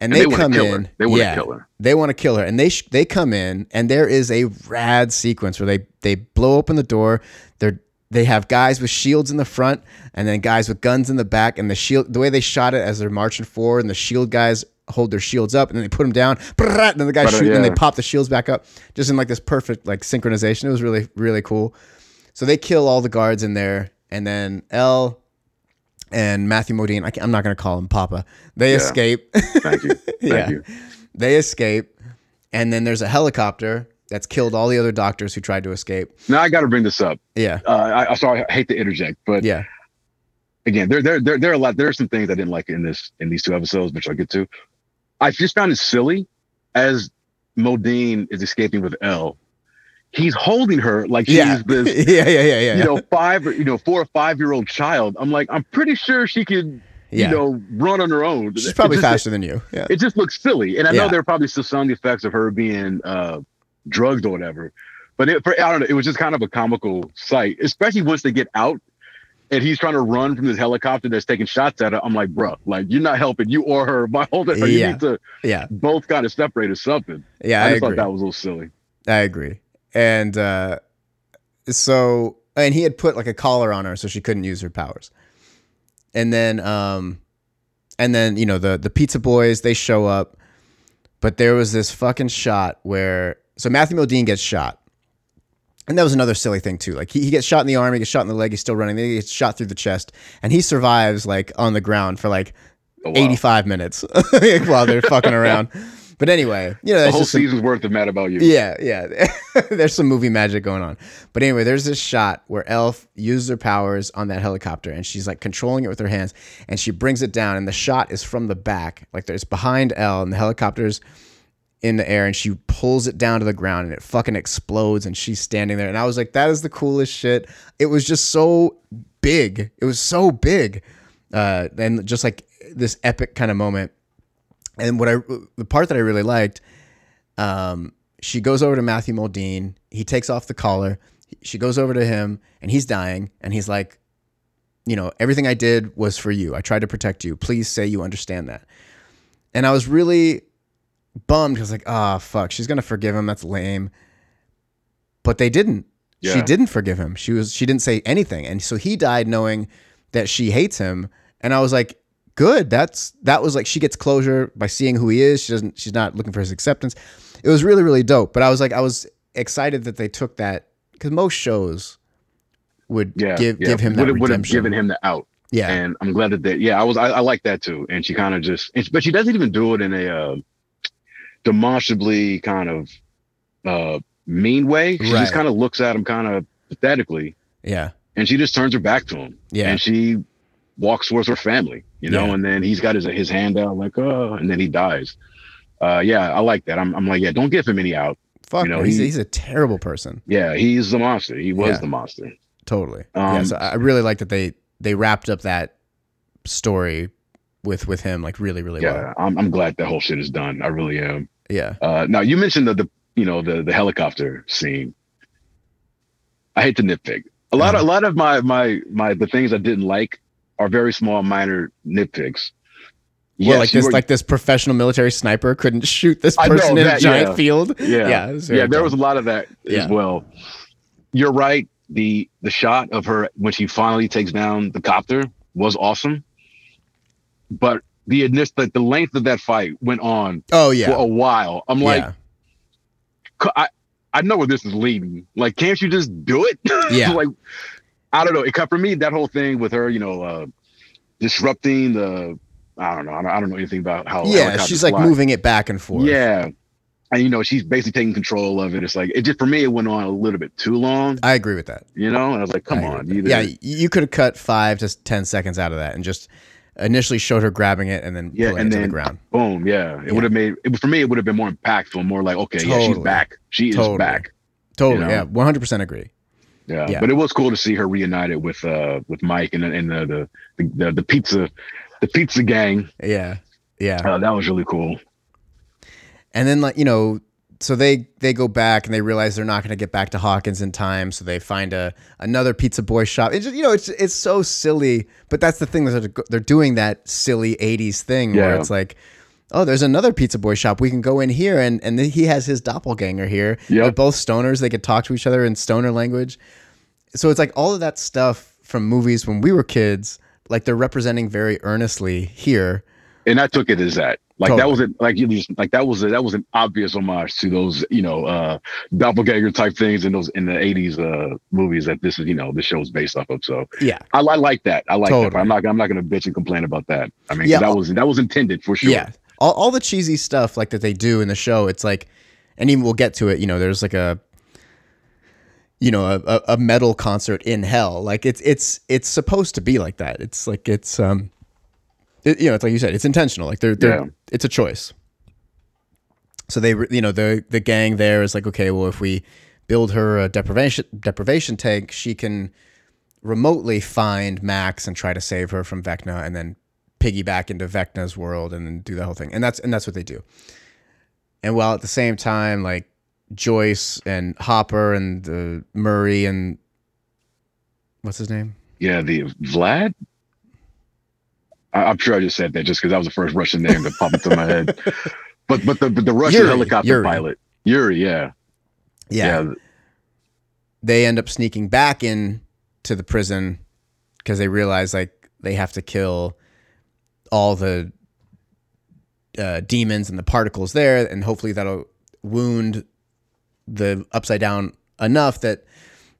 And, And they, they, want come to kill in. her. They want to yeah, kill her. They want to kill her. And they sh- they come in and there is a rad sequence where they they blow open the door. They're they have guys with shields in the front and then guys with guns in the back and the shield the way they shot it as they're marching forward and the shield guys hold their shields up and then they put them down brrrr, and then the guys But, uh, shoot and they yeah. pop the shields back up just in like this perfect like synchronization it was really really cool so they kill all the guards in there and then l and matthew modine I can't, i'm not going to call him papa they Yeah. escape Thank you. Thank Yeah. you. they escape and then there's a helicopter that's killed all the other doctors who tried to escape Now I got to bring this up. yeah Uh, I, I sorry, I hate to interject, but yeah again, there, there, there, there are a lot. There are some things I didn't like in this, in these two episodes, which I'll get to. I just found it silly as Modine is escaping with L. He's holding her like she's yeah. yeah this yeah yeah yeah yeah you know, five, you know, four or five year old child. I'm like, I'm pretty sure she could, yeah you know, run on her own. she's probably it just, faster than you yeah It just looks silly. And I Yeah. know there are probably still some effects of her being uh, drugged or whatever. But it, for, I don't know. It was just kind of a comical sight, especially once they get out and he's trying to run from this helicopter that's taking shots at her. I'm like, bruh, like you're not helping you or her by holding her. Yeah. You need to yeah both kind of separate or something. yeah I, i, just agree thought that was a little silly. I agree. And uh, so, and he had put like a collar on her so she couldn't use her powers. And then, um, and then you know the the pizza boys they show up, but there was this fucking shot where so Matthew Modine gets shot, and that was another silly thing too. Like he, he gets shot in the arm, he gets shot in the leg, he's still running, then he gets shot through the chest, and he survives like on the ground for like Oh, wow. eighty five minutes while they're fucking around. But anyway, you know The that's whole just some- season's worth of Mad About You. yeah, yeah. there's some movie magic going on. But anyway, there's this shot where Elf uses her powers on that helicopter and she's like controlling it with her hands and she brings it down and the shot is from the back. Like it's behind Elle and the helicopter's in the air and she pulls it down to the ground and it fucking explodes and she's standing there and I was like that is the coolest shit. It was just so big. It was so big. Uh and just like this epic kind of moment. And what I the part that I really liked um, she goes over to Matthew Modine. He takes off the collar. She goes over to him, and he's dying. And he's like, you know, everything I did was for you. I tried to protect you. Please say you understand that. And I was really bummed because, like, ah, fuck, she's gonna forgive him. That's lame. But they didn't. She Yeah. didn't forgive him. She was. She didn't say anything. And so he died knowing that she hates him. And I was like, good. That's that was like she gets closure by seeing who he is. She doesn't. She's not looking for his acceptance. It was really really dope. But I was like, I was excited that they took that because most shows would Yeah, give yeah. give him that would have, would have redemption. given him the out. yeah. and I'm glad that they, yeah, I was, I, I like that too. And she kind of just, and, but she doesn't even do it in a uh, demonstrably kind of uh, mean way. She Right. just kind of looks at him kind of pathetically, yeah. and she just turns her back to him, Yeah. and she walks towards her family, you know. Yeah. And then he's got his his hand out like, oh, and then he dies. Uh, yeah, I like that. I'm, I'm like, yeah, don't give him any out. Fuck. you know, no, he's, he- he's a terrible person. Yeah, he's the monster. He was Yeah. the monster. Totally. yeah. Um, So I really like that they they wrapped up that story with with him like really really well. Yeah, I'm, I'm glad that whole shit is done. I really am. Yeah. Uh, now you mentioned the, the you know the the helicopter scene. I hate to nitpick. A lot of Uh-huh. a lot of my my my the things I didn't like are very small minor nitpicks. well, like you this were- like this professional military sniper couldn't shoot this I know person in a that, giant yeah. field. Yeah. Yeah. it was very yeah, there dumb. was a lot of that Yeah. as well. You're right. The the shot of her when she finally takes down the copter was awesome, but the initial the, the length of that fight went on Oh yeah. for a while. I'm like, oh, yeah. c- I, I know where this is leading. Like, can't you just do it? Yeah. like, I don't know. It cut for me that whole thing with her, you know, uh, disrupting the. I don't know. I don't, I don't know anything about how. Yeah, helicopters she's like fly. moving it back and forth. Yeah, and you know she's basically taking control of it. It's like it just for me it went on a little bit too long, I agree with that. you know. And I was like, come I agree on, with either that. Yeah, you could have cut five to ten seconds out of that and just initially showed her grabbing it and then Yeah, pulling and it to the then- ground. boom, yeah. It Yeah. would have made it, for me it would have been more impactful, more like okay, yeah, she's Totally. back, she Totally. is back. Totally. know? Yeah, one hundred percent agree. Yeah. Yeah. but it was cool to see her reunited with uh with Mike and and uh, the the the, the pizza the pizza gang. Yeah, yeah. Uh, that was really cool. and then like you know so they they go back and they realize they're not going to get back to Hawkins in time so they find a another pizza boy shop it's just, you know it's it's so silly but that's the thing that they're, they're doing that silly 80s thing where Yeah. it's like oh there's another pizza boy shop we can go in here and and then he has his doppelganger here Yep. they're both stoners they could talk to each other in stoner language so it's like all of that stuff from movies when we were kids like they're representing very earnestly here and I took it as that. Like that Totally. was not like you just like that was a, that was an obvious homage to those you know uh doppelganger type things in those in the eighties uh movies that this is you know this show's based off of. So yeah I, I like that. I like that. Totally. I'm not I'm not gonna bitch and complain about that. I mean Yeah. uh, that was that was intended for sure. Yeah. All, all the cheesy stuff like that they do in the show, it's like, and even we'll get to it. You know, there's like a, you know, a, a, a metal concert in hell. Like it's it's it's supposed to be like that. It's like it's um, it, you know, it's like you said, it's intentional. Like they're, they're Yeah. it's a choice. So they, re- you know, the the gang there is like, okay, well, if we build her a deprivation deprivation tank, she can remotely find Max and try to save her from Vecna, and then piggyback into Vecna's world and then do the whole thing. And that's and that's what they do. And while at the same time, like Joyce and Hopper and the Murray and what's his name? Yeah, the Vlad. I, I'm sure I just said that just because that was the first Russian name that popped into my head. But but the but the Russian Yuri, helicopter Yuri. pilot Yuri, yeah, yeah, they end up sneaking back in to the prison because they realize like they have to kill all the uh, demons and the particles there, and hopefully that'll wound the upside down enough that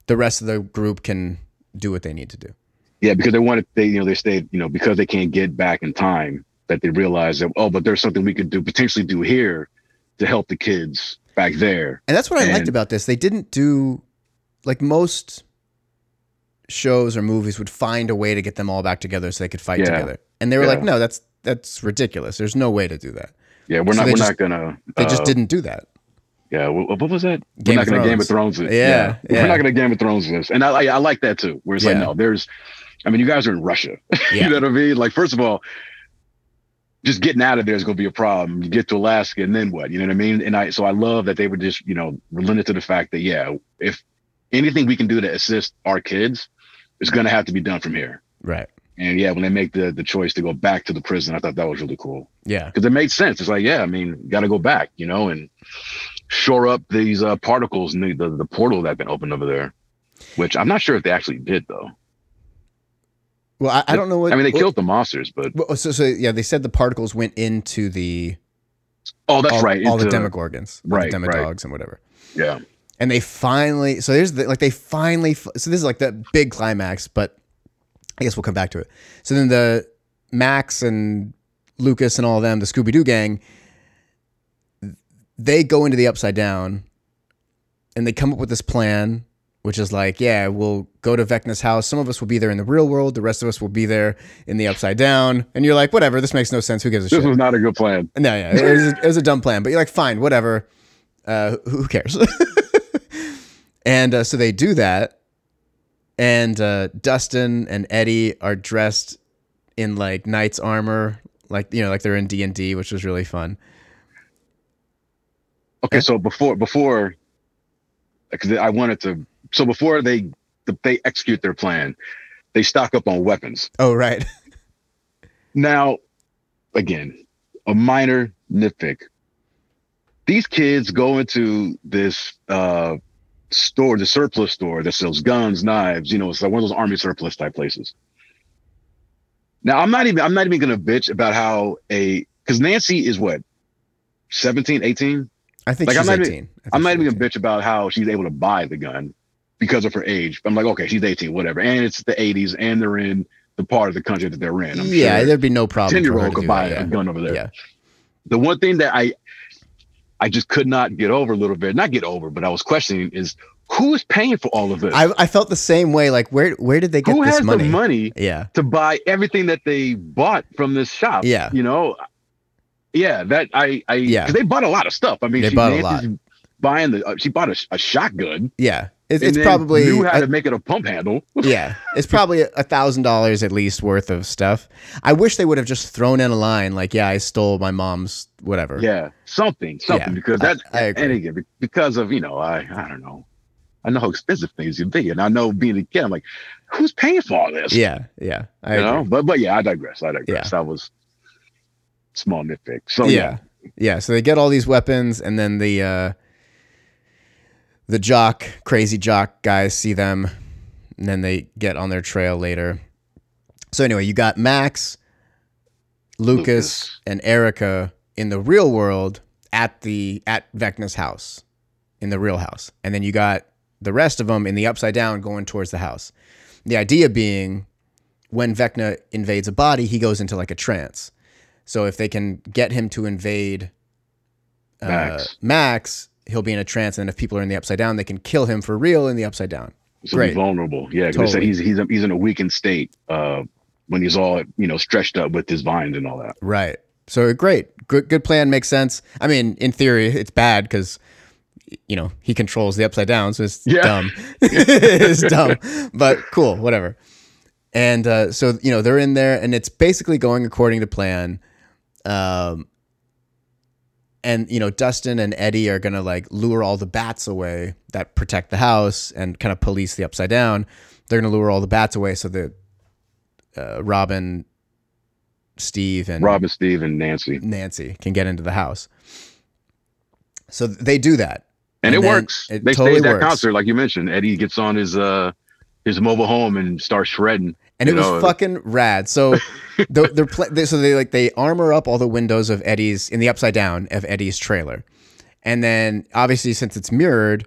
the rest of the group can do what they need to do. yeah, because they wanted they you know they stayed you know because they can't get back in time that they realized that oh but there's something we could do potentially do here to help the kids back there. And that's what I liked And- about this. They didn't do like most shows or movies would find a way to get them all back together so they could fight Yeah. together. And they were Yeah. like, no, that's that's ridiculous. There's no way to do that. Yeah, we're So not they we're just- not gonna They just uh, didn't do that. Yeah, wh- what was that? Game we're of not gonna Game of Thrones. Thrones it. Yeah, yeah. we're not gonna Game of Thrones this, and I, I I like that too. Where it's like Yeah. no, there's, I mean, you guys are in Russia. Yeah. you know what I mean? Like, first of all, just getting out of there is going to be a problem. You get to Alaska, and then what? You know what I mean? And I, so I love that they were just, you know, relented to the fact that, yeah, if anything we can do to assist our kids is going to have to be done from here. Right. And yeah, when they make the, the choice to go back to the prison, I thought that was really cool Yeah. because it made sense. It's like, yeah, I mean, got to go back, you know, and shore up these uh, particles and the, the, the portal that been opened over there, which I'm not sure if they actually did, though. Well, I, I don't know what I mean, they what- killed the monsters, but well, so, so yeah, they said the particles went into the oh, that's all, right. all the into- demogorgons, all right, the right. demodogs, and whatever. Yeah. and they finally so there's the, like they finally f- so this is like the big climax but i guess we'll come back to it so then the max and lucas and all of them the scooby-doo gang they go into the upside down and they come up with this plan which is like yeah we'll go to vecna's house some of us will be there in the real world the rest of us will be there in the upside down and you're like whatever this makes no sense who gives a This shit was not a good plan. no, yeah, it was, it was a dumb plan, but you're like, fine, whatever. Uh, who who cares? and uh, so they do that, and uh, Dustin and Eddie are dressed in like knight's armor, like you know, like they're in D and D, which was really fun. Okay, Yeah. so before before, because I wanted to, so before they they execute their plan, they stock up on weapons. Oh right, Now, again, a minor nitpick. These kids go into this uh, store, the surplus store that sells guns, knives. You know, it's like one of those army surplus type places. Now, I'm not even I'm not even gonna bitch about how a because Nancy is what 17, 18. I think Like, she's I'm not even- eighteen. I think I'm not she's even 18. gonna bitch about how she's able to buy the gun because of her age. I'm like, okay, she's 18, whatever. And it's the 80s, and they're in the part of the country that they're in. I'm yeah, sure there'd be no problem. ten for year her old to could do buy that, a gun over yeah. there. yeah. The one thing that I I just could not get over a little bit. Not get over, but I was questioning is who is paying for all of this? I, I felt the same way. Like where where did they get who this has money? the money Yeah. to buy everything that they bought from this shop? Yeah. You know, yeah, that I, I, Yeah. 'cause they bought a lot of stuff. I mean, They she, bought a Nancy's buying the, uh, she bought a, sh- a shotgun. Yeah. It, and it's then probably knew how I- to make it a pump handle. yeah, it's probably a thousand dollars at least worth of stuff. I wish they would have just thrown in a line like, "Yeah, I stole my mom's whatever." Yeah, something, something, Yeah, because I- that's I agree. and again be- because of you know I I don't know, I know how expensive things can be, and I know being a kid, I'm like, who's paying for all this? yeah, yeah. I you agree. know, but but yeah, I digress. I digress. That was small nitpick. So yeah, yeah. yeah, So they get all these weapons, and then the uh, the jock, crazy jock guys see them, and then they get on their trail later. So anyway, you got Max, Lucas, Lucas. and Erica in the real world at the at Vecna's house, in the real house, and then you got the rest of them in the upside down going towards the house. The idea being, when Vecna invades a body, he goes into like a trance. So if they can get him to invade uh, Max. Max, he'll be in a trance. And if people are in the upside down, they can kill him for real in the upside down. so he's great. vulnerable. Yeah, 'cause they said Totally. he's he's he's in a weakened state uh, when he's all you know stretched up with his vines and all that. Right. So great, good, good plan makes sense. I mean, in theory, it's bad because you know he controls the upside down, so it's Yeah. dumb. it's dumb, but cool, whatever. And uh, so you know they're in there, and it's basically going according to plan. Um, and you know Dustin and Eddie are gonna like lure all the bats away that protect the house and kind of police the upside down. They're gonna lure all the bats away so that uh, Robin, Steve, and Robin, Steve, and Nancy, Nancy can get into the house. So th- they do that. and, And it then works. it they totally stayed at that works. concert, like you mentioned. Eddie gets on his uh his mobile home and starts shredding. And it You know, was fucking rad. So the, they're pla- they, so they like they armor up all the windows of Eddie's in the upside down of Eddie's trailer. And then obviously since it's mirrored,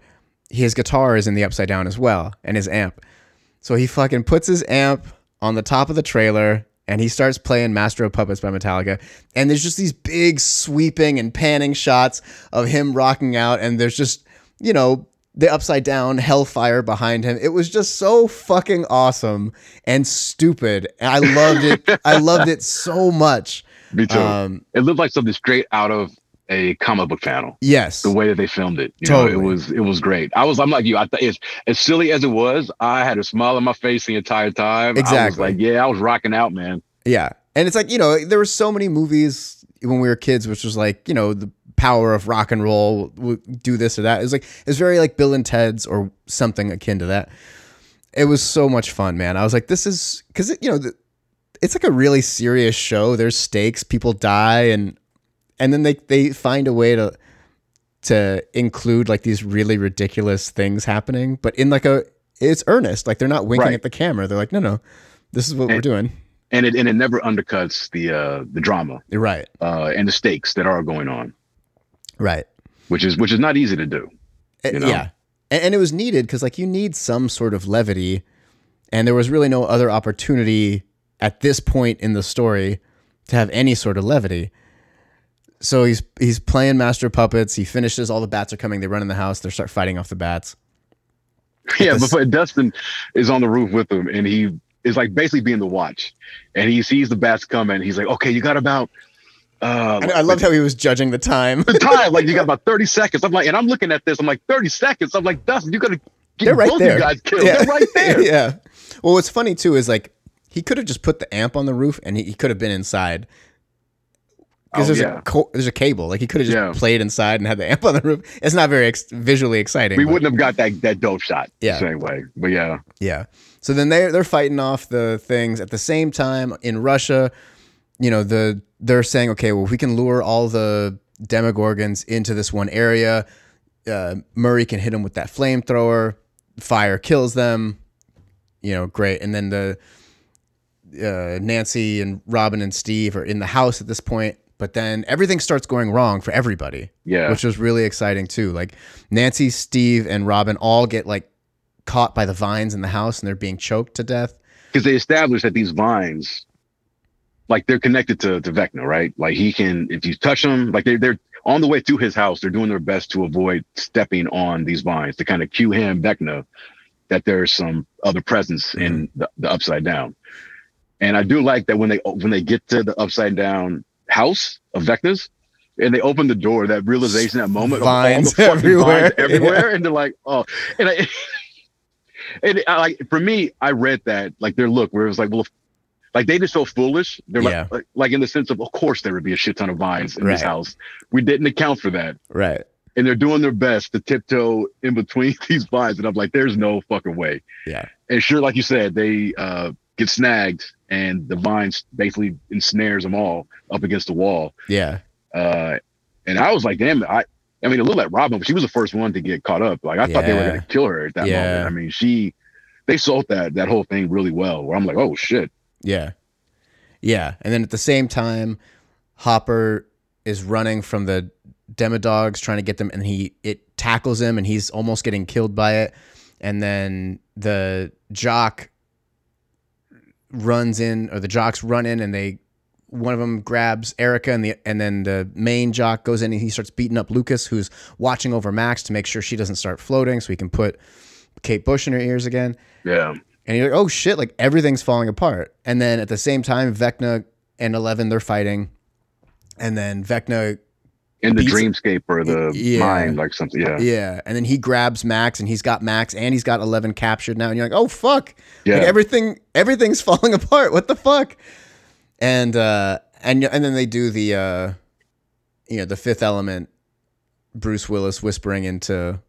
his guitar is in the upside down as well and his amp. So he fucking puts his amp on the top of the trailer and he starts playing Master of Puppets by Metallica. And there's just these big sweeping and panning shots of him rocking out. And there's just, you know, the upside down hellfire behind him. It was just so fucking awesome and stupid. And I loved it. I loved it so much. Me too. Um, it looked like something straight out of a comic book panel. yes. The way that they filmed it, you know, Totally. it was it was great. I was I'm like you. I thought it's as silly as it was. I had a smile on my face the entire time. I was Exactly. like, yeah, I was rocking out, man. Yeah. And it's like, you know, there were so many movies when we were kids, which was like, you know, the power of rock and roll, we'll do this or that. It was like, it was very like Bill and Ted's or something akin to that. It was so much fun, man. I was like, this is because, you know, the, it's like a really serious show. There's stakes, people die, and and then they, they find a way to to include like these really ridiculous things happening, but in like a it's earnest. Like they're not winking Right. at the camera. They're like, no, no, this is what we're And- doing. And it and it never undercuts the uh the drama You're right. uh and the stakes that are going on, Right. which is which is not easy to do. Uh, you know? Yeah. And, and it was needed because, like, you need some sort of levity. And there was really no other opportunity at this point in the story to have any sort of levity. So he's he's playing Master of Puppets. He finishes. All the bats are coming. They run in the house. They start fighting off the bats. yeah, this- but Dustin is on the roof with him, and he is like basically being the watch, and he sees the bats coming. He's like, okay, you got about. Uh, I, I loved how he was judging the time. the time. Like you got about 30 seconds. I'm like, and I'm looking at this. I'm like, 30 seconds. I'm like, Dustin, you're gonna get They're right both there. you guys killed. They're right there. yeah. Well, what's funny too is like he could have just put the amp on the roof and he, he could have been inside. Oh, Because there's, yeah. a co- there's a cable. Like he could have just Yeah. played inside and had the amp on the roof. It's not very ex- visually exciting. We but- wouldn't have got that that dope shot. Yeah. Same way. But yeah. Yeah. So then they they're fighting off the things at the same time in Russia. You know the they're saying okay, well if we can lure all the Demogorgons into this one area. Uh, Murray can hit them with that flamethrower. Fire kills them. You know, great. And then the uh, Nancy and Robin and Steve are in the house at this point. But then everything starts going wrong for everybody Yeah. which was really exciting too. Like Nancy, Steve, and Robin all get like caught by the vines in the house and they're being choked to death. Because they established that these vines, like they're connected to, to Vecna, right? Like he can if you touch them, like they they're on the way to his house, they're doing their best to avoid stepping on these vines to kind of cue him, Vecna, that there's some other presence in Mm-hmm. the, the upside down. And I do like that when they when they get to the upside down house of Vecna's, and they open the door, that realization, that moment, of all the Vines fucking everywhere. vines everywhere, and they're like, oh, and I, and I like for me, I read that like their look where it was like, well, if- like they just so foolish. They're like, Yeah. like, like in the sense of, of course there would be a shit ton of vines in this Right. house. We didn't account for that, Right. and they're doing their best to tiptoe in between these vines, and I'm like, there's no fucking way. Yeah. And sure, like you said, they uh, get snagged, and the vines basically ensnares them all up against the wall. Yeah. Uh, and I was like, damn, I, I mean, it looked like Robin, but she was the first one to get caught up. Like, I thought they were Yeah. going to kill her at that Yeah. moment. I mean, she, they sold that, that whole thing really well, where I'm like, oh shit. Yeah. Yeah. And then at the same time, Hopper is running from the demodogs trying to get them and he it tackles him and he's almost getting killed by it. And then the jock runs in or the jocks run in and they one of them grabs Erica and the and then the main jock goes in and he starts beating up Lucas who's watching over Max to make sure she doesn't start floating so he can put Kate Bush in her ears again. Yeah. And you're like, oh shit, like everything's falling apart. And then at the same time, Vecna and Eleven, they're fighting. And then Vecna, In the Beats- dreamscape or the Yeah. mind, like something. Yeah. yeah. And then he grabs Max and he's got Max and he's got Eleven captured now. And you're like, oh fuck. Yeah. Like everything everything's falling apart. What the fuck? And uh and and then they do the uh you know, the fifth element Bruce Willis whispering into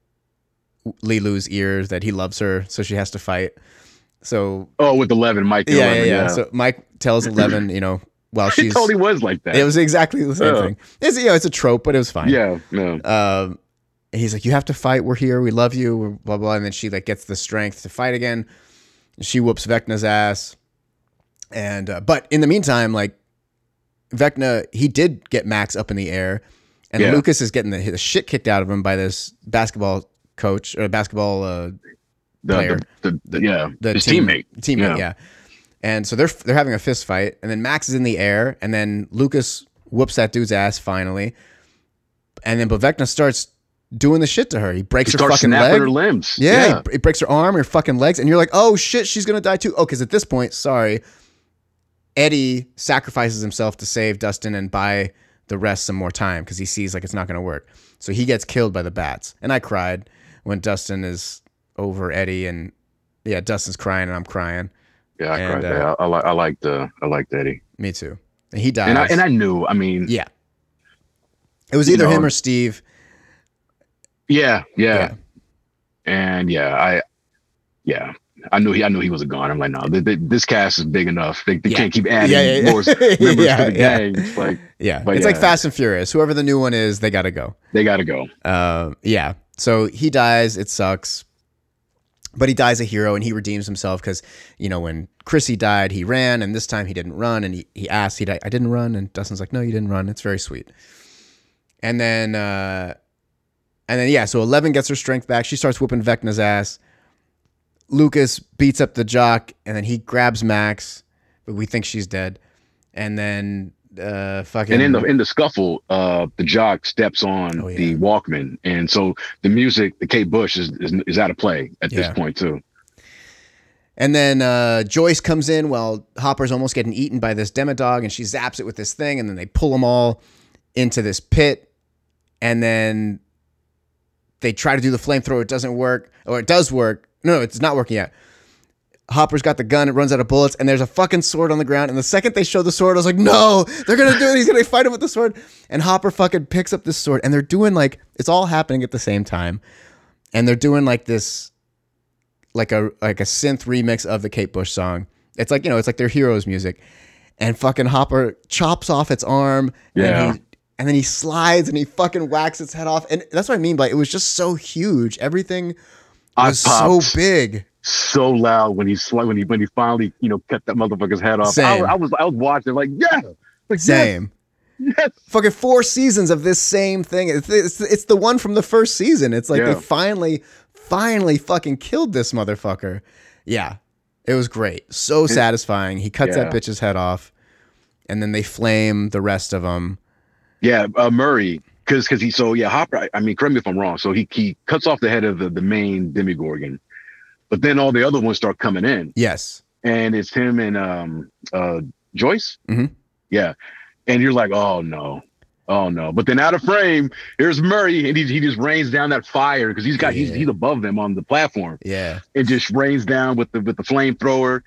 Lilu's ears that he loves her, so she has to fight. So oh, with 11, Mike. the yeah, 11, yeah, yeah. So Mike tells Eleven, you know, while she she's totally was like that. it was exactly the same Yeah. thing. It's you know, it's a trope, but it was fine. yeah. No. Um, and he's like, you have to fight. We're here. We love you. we're Blah blah. And then she like gets the strength to fight again. She whoops Vecna's ass. And uh, but in the meantime, like Vecna, he did get Max up in the air, and Yeah. Lucas is getting the, the shit kicked out of him by this basketball coach or basketball uh, player. The, the, the, the- yeah. the His team- teammate. teammate, yeah. Yeah. And so they're they're having a fist fight, and then Max is in the air, and then Lucas whoops that dude's ass finally, and then Bovekna starts doing the shit to her. He breaks She her starts fucking snapping leg. her limbs. yeah, He, br- he breaks her arm, her fucking legs, and you're like, oh shit, she's gonna die too. Oh, because at this point, sorry, Eddie sacrifices himself to save Dustin and buy the rest some more time because he sees like it's not gonna work. So he gets killed by the bats, and I cried when Dustin is over Eddie, and yeah, Dustin's crying and I'm crying. Yeah. I And, cried. yeah, I, I, li- I liked, uh, I liked Eddie. Me too. And he dies. And I, and I knew, I mean, yeah. It was You either know, him or Steve. Yeah, yeah, Yeah. and yeah, I, yeah, I knew he, I knew he was a goner. I'm like, no, th- th- this cast is big enough. They, they Yeah. can't keep Yeah, adding yeah, yeah. more members yeah, to the yeah. gang. It's like Yeah. But it's like yeah. Fast and Furious. Whoever the new one is, they got to go. they got to go. Uh, yeah. So he dies. It sucks. But he dies a hero and he redeems himself because, you know, when Chrissy died, he ran and this time he didn't run. And he, he asked, he di- I didn't run. And Dustin's like, no, you didn't run. It's very sweet. And then, uh, and then, yeah, so 11 gets her strength back. She starts whooping Vecna's ass. Lucas beats up the jock and then he grabs Max, but we think she's dead. And then, uh, fucking. And in the in the scuffle, uh, the jock steps on Oh, yeah. the Walkman, and so the music, the Kate Bush is is, is out of play at Yeah. this point too. And then uh, Joyce comes in while Hopper's almost getting eaten by this demodog, and she zaps it with this thing, and then they pull them all into this pit, and then they try to do the flamethrower. It doesn't work, or it does work. No, it's not working yet. Hopper's got the gun. It runs out of bullets, and there's a fucking sword on the ground. And the second they show the sword, I was like, "No, they're gonna do it. He's gonna fight him with the sword." And Hopper fucking picks up this sword, and they're doing like it's all happening at the same time, and they're doing like this, like a like a synth remix of the Kate Bush song. It's like you know, it's like their heroes music, and fucking Hopper chops off its arm. Yeah. And, he, and then he slides and he fucking whacks its head off, and that's what I mean by it was just so huge. Everything I was so popped so, big. loud when he sli- when he when he finally you know cut that motherfucker's head off. I, Same. I was I was watching like yeah, like yeah, Same. yes, fucking four seasons of this same thing. It's, it's, it's the one from the first season. It's like Yeah. they finally, finally fucking killed this motherfucker. Yeah. It was great. So satisfying. He cuts Yeah. that bitch's head off and then they flame the rest of them. yeah. Uh, Murray because because he so yeah Hopper. I, I mean, correct me if I'm wrong. So he he cuts off the head of the, the main Demigorgon, but then all the other ones start coming in, Yes. and it's him and um uh Joyce. Mhm. Yeah, and you're like, oh no. Oh no! But then out of frame, here's Murray, and he, he just rains down that fire because he's got he's, Yeah. he's above them on the platform Yeah. it just rains down with the with the flamethrower,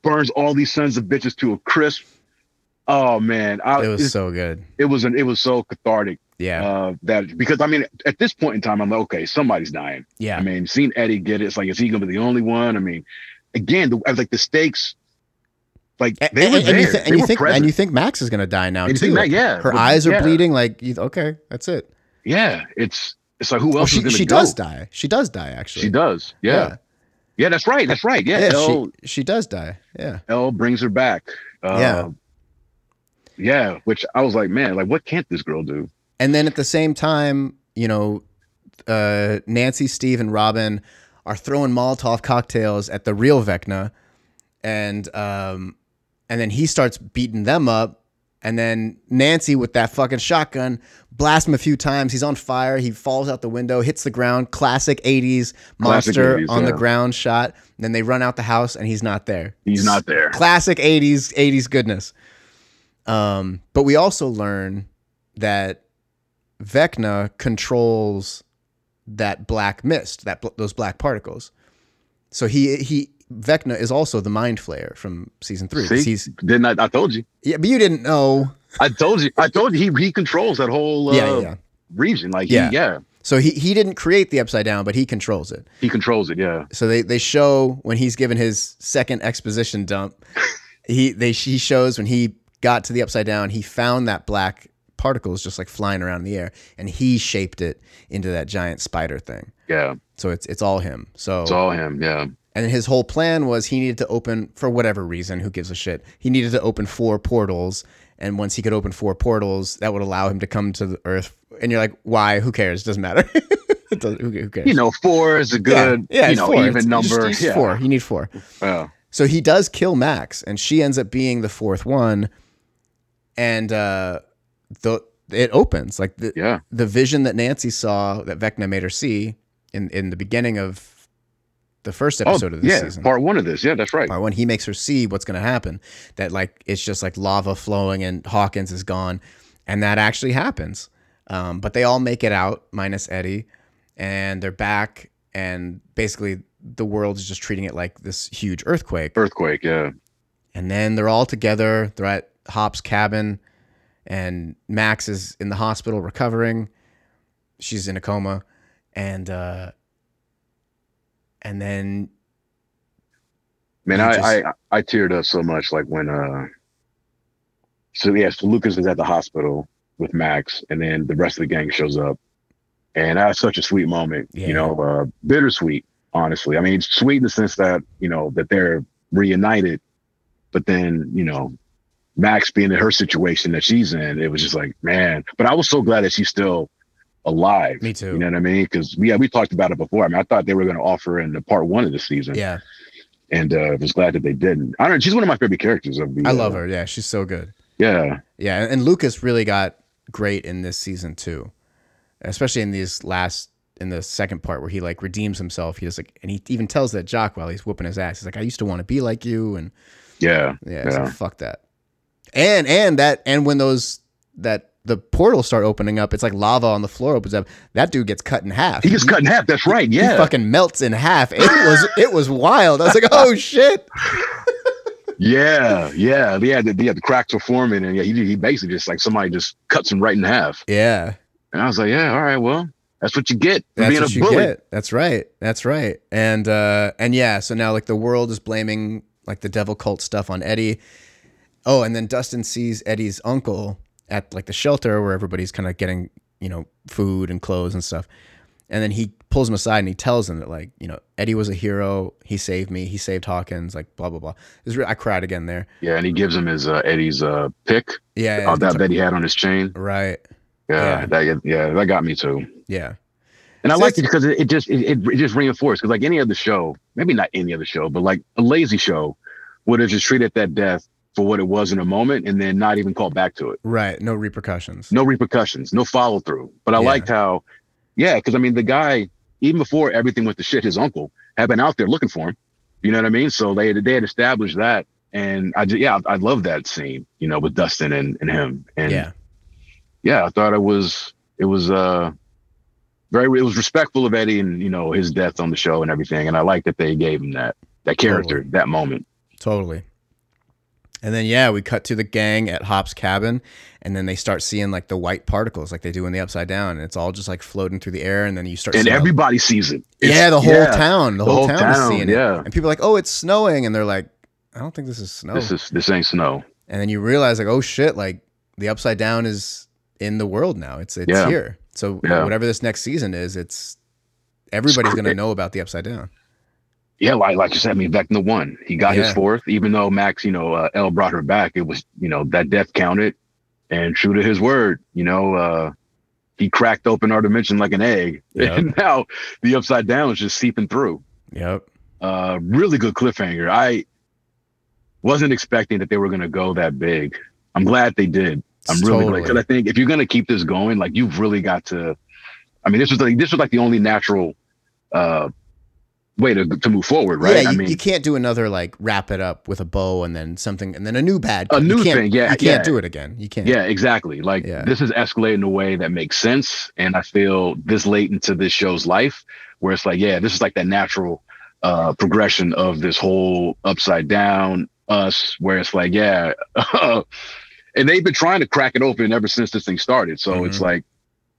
burns all these sons of bitches to a crisp. Oh man, I, It it was was so good. it was an, it was so cathartic Yeah. uh, that because I mean at this point in time I'm like okay somebody's dying. yeah. I mean seeing Eddie get it, it's like is he gonna be the only one? I mean, again, the, I was like the stakes, like A- they and, were and there, you thi- they and you were think and present. you think Max is gonna die now And you too? think that, yeah, Her but- eyes are yeah, bleeding. Like you, okay, that's it. Yeah, it's it's like who Well, else she is gonna she go? does die. She does die actually. She does. Yeah. yeah, that's right, that's right. Yeah, Yeah, L, she, she does die. Yeah. L brings her back. Uh, Yeah. Yeah, which I was like, man, like what can't this girl do? And then at the same time, you know, uh, Nancy, Steve, and Robin are throwing Molotov cocktails at the real Vecna, and um, and then he starts beating them up, and then Nancy with that fucking shotgun blasts him a few times. He's on fire. He falls out the window, hits the ground. Classic '80s Classic monster 80s, on the yeah. ground shot. And then they run out the house, and he's not there. He's not there. classic 80s 80s goodness um but we also learn that vecna controls that black mist that bl- those black particles so he he vecna is also the mind flayer from season 3 'cause See? he's Then I, I told you, yeah but you didn't know I told you, I told you, he he controls that whole uh, yeah yeah, yeah region. Like, yeah, Yeah. he, yeah, so he he didn't create the upside down but he controls it he controls it. Yeah, so they they show when he's given his second exposition dump he they he shows when he got to the upside down he found that black particles just like flying around in the air and he shaped it into that giant spider thing yeah, so it's it's all him so it's all him. Yeah, and his whole plan was he needed to open for whatever reason who gives a shit he needed to open four portals and once he could open four portals that would allow him to come to the earth and you're like why who cares doesn't matter it doesn't, who, who cares you know, four is a good, yeah, yeah you it's know, four. even It's- you just- number. it's yeah, four you need four yeah, so he does kill Max, and she ends up being the fourth one, and uh, the it opens like the yeah, the vision that Nancy saw that Vecna made her see in in the beginning of the first oh, episode of this yeah, season. part one of this. Yeah, that's right. Part one, he makes her see what's going to happen. That like it's just like lava flowing, and Hawkins is gone, and that actually happens. Um, but they all make it out, minus Eddie, and they're back, and basically the world's just treating it like this huge earthquake. Earthquake. Yeah, And then they're all together. They're at Hop's cabin, and Max is in the hospital recovering. She's in a coma, and uh, and then man, You I, just- I I teared up so much. Like when uh, so yeah, so Lucas is at the hospital with Max, and then the rest of the gang shows up. and that was such a sweet moment Yeah. you know uh, bittersweet honestly i mean it's sweet in the sense that you know that they're reunited but then you know max being in her situation that she's in it was just like man but i was so glad that she's still alive me too. you know what i mean because yeah we talked about it before i mean i thought they were going to offer in the part one of the season Yeah, and uh was glad that they didn't i don't know she's one of my favorite characters of the I uh, love her. Yeah, she's so good. yeah Yeah, and- and Lucas really got great in this season too, especially in these last in the second part where he like redeems himself. He just like and he even tells that jock while he's whooping his ass. He's like, I used to want to be like you, and yeah Yeah, so Yeah. fuck that. And and that and when those that the portals start opening up, it's like lava on the floor opens up. That dude gets cut in half. he gets cut in half that's right He yeah fucking melts in half. It was it was wild. I was like, oh shit. Yeah, yeah, yeah. The, yeah, the cracks were forming, and yeah, he, he basically just like somebody just cuts him right in half. Yeah, And I was like, yeah, all right, well, that's what you get for that's being what a you bully. get. That's right. That's right. And uh and yeah, so now like the world is blaming like the devil cult stuff on Eddie. Oh, and then Dustin sees Eddie's uncle at like the shelter where everybody's kind of getting, you know, food and clothes and stuff. And then he pulls him aside and he tells him that, like, you know, Eddie was a hero. He saved me. He saved Hawkins, like, blah, blah, blah. It was re- I cried again there. Yeah, and he gives him his uh, Eddie's uh, pick Yeah. uh, that, that's- that he had on his chain. right. Yeah, Yeah. that yeah, that got me too. Yeah. And I So liked it it's- because it, it just it, it, it just reinforced because like any other show, maybe not any other show, but like a lazy show would have just treated that death for what it was in a moment and then not even call back to it. Right. No repercussions. No repercussions, no follow through. But I Yeah. liked how, yeah, because I mean, the guy, even before everything went to shit, his uncle had been out there looking for him. You know what I mean? So they, they had established that. And I just, yeah, I, I love that scene, you know, with Dustin and, and him. And yeah. yeah, I thought it was it was uh very it was respectful of Eddie and you know his death on the show and everything, and I like that they gave him that that character Totally. that moment. Totally. And then yeah, we cut to the gang at Hop's cabin, and then they start seeing like the white particles, like they do in the Upside Down, and it's all just like floating through the air, and then you start. And seeing all- everybody sees it. It's- yeah, the whole yeah, town, the, the whole, whole town, is town, seeing yeah. it, and people are like, "Oh, it's snowing," and they're like, "I don't think this is snow." This is this ain't snow. and then you realize like, "Oh shit!" Like the Upside Down is in the world now. It's it's Yeah. here. So Yeah. whatever this next season is, it's everybody's gonna great. know about the Upside Down. Yeah, like like you said, I mean, back in the one, he got his Yeah. fourth, even though Max, you know, uh, L brought her back. It was you know that death counted, and true to his word, you know, uh he cracked open our dimension like an egg, Yeah. and now the upside down is just seeping through. Yep. uh really good cliffhanger i wasn't expecting that they were going to go that big i'm glad they did i'm really glad because i think if you're going to keep this going like you've really got to i mean this was like this was like the only natural uh way to, to move forward right Yeah, i you, mean you can't do another like wrap it up with a bow and then something and then a new bad. A guy. new you can't, thing, yeah, you can't yeah. do it again. You can't. yeah exactly like Yeah. this is escalating in a way that makes sense and i feel this late into this show's life where it's like yeah this is like that natural uh progression of this whole upside down us where it's like yeah and they've been trying to crack it open ever since this thing started so it's Mhm. like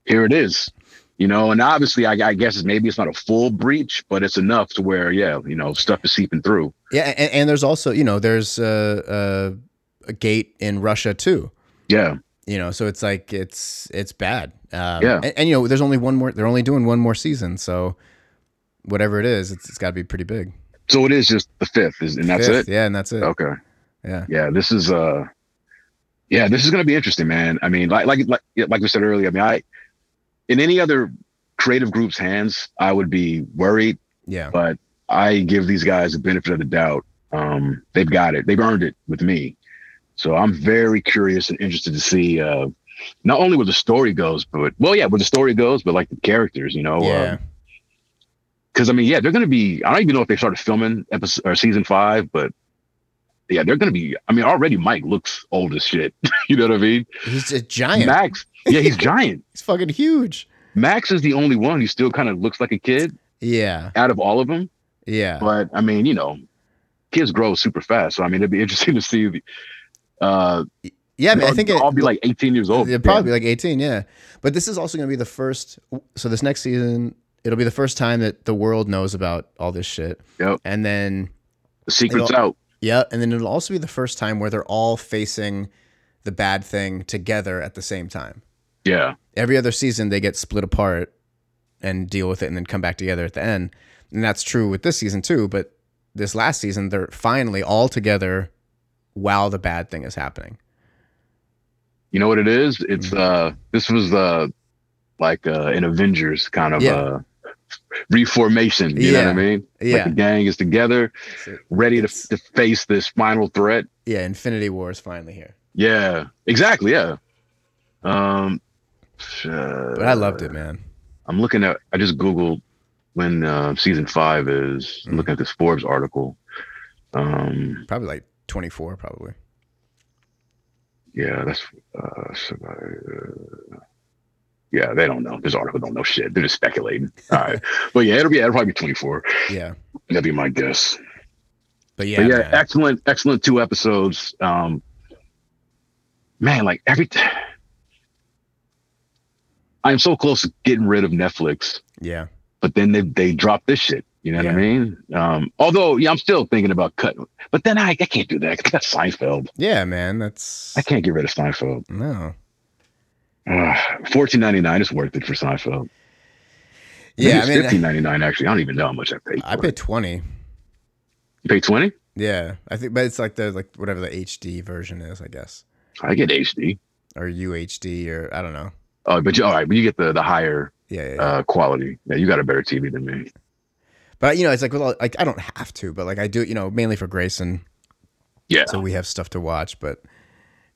here it is you know and obviously I, I guess it's maybe it's not a full breach but it's enough to where yeah you know stuff is seeping through yeah. And, and there's also you know there's a, a, a gate in Russia too. yeah You know, so it's like it's it's bad. Um, Yeah. And, and, you know, there's only one more. They're only doing one more season, so whatever it is, it's, it's got to be pretty big. so it is just the fifth is, and that's Fifth, it Oh. Yeah, and that's it. okay Yeah. yeah this is uh yeah this is gonna be interesting man i mean like like like, yeah, like we said earlier i mean i in any other creative group's hands i would be worried Yeah. but i give these guys the benefit of the doubt um they've got it they've earned it with me so i'm very curious and interested to see uh not only where the story goes but well yeah where the story goes but like the characters you know uh, yeah. because I mean, yeah, they're going to be. I don't even know if they started filming episode or season five, but yeah, they're going to be. I mean, already Mike looks old as shit. you know what I mean? He's a giant. Max, yeah, he's giant. He's fucking huge. Max is the only one who still kind of looks like a kid Yeah. out of all of them. Yeah. But I mean, you know, kids grow super fast, so I mean, it'd be interesting to see. The, uh, yeah. I mean, I think it, I'll be like 18 years old. It'll probably be like 18, yeah. But this is also going to be the first. So this next season, it'll be the first time that the world knows about all this shit. Yep. And then, the secret's it'll- out. yeah, and then it'll also be the first time where they're all facing the bad thing together at the same time. Yeah, Every other season, they get split apart and deal with it, and then come back together at the end. And that's true with this season too. But this last season, they're finally all together while the bad thing is happening. you know what it is? It's Mm-hmm. uh, this was uh, like uh, an Avengers kind of Yeah. uh, reformation. You know Yeah. what I mean? Like Yeah. the gang is together, So- ready to, It's- to face this final threat. yeah. Infinity War is finally here. Yeah, exactly. Yeah. Um, But Uh, I loved it, man. I'm looking at. I just googled when uh, season five is. I'm Mhm. looking at this Forbes article. Um, probably like 24 probably yeah, that's. Uh, so, uh, yeah, they don't know. This article don't know shit. They're just speculating. All right, but yeah, it'll be. It'll probably be 24. yeah That'd be my guess. but yeah, But yeah, man. excellent, excellent two episodes. Um, man, like every I'm so close to getting rid of Netflix, yeah but then they they drop this shit. You know what I Yeah. mean? Um, although yeah, I'm still thinking about cutting, but then I, I can't do that. 'cause I got Seinfeld. yeah man that's I can't get rid of Seinfeld. no Fourteen ninety nine is worth it for Seinfeld. Maybe yeah i it's mean fifteen ninety nine actually. I don't even know how much I paid. i for it. paid 20 You pay twenty. yeah i think but it's like the like whatever the hd version is i guess I get HD. or uhd or i don't know Oh, but you, all right, but you get the the higher yeah, yeah, yeah. uh, quality. Yeah, you got a better TV than me. but you know it's like with all, like i don't have to but like i do it, you know mainly for grayson Yeah. So we have stuff to watch, but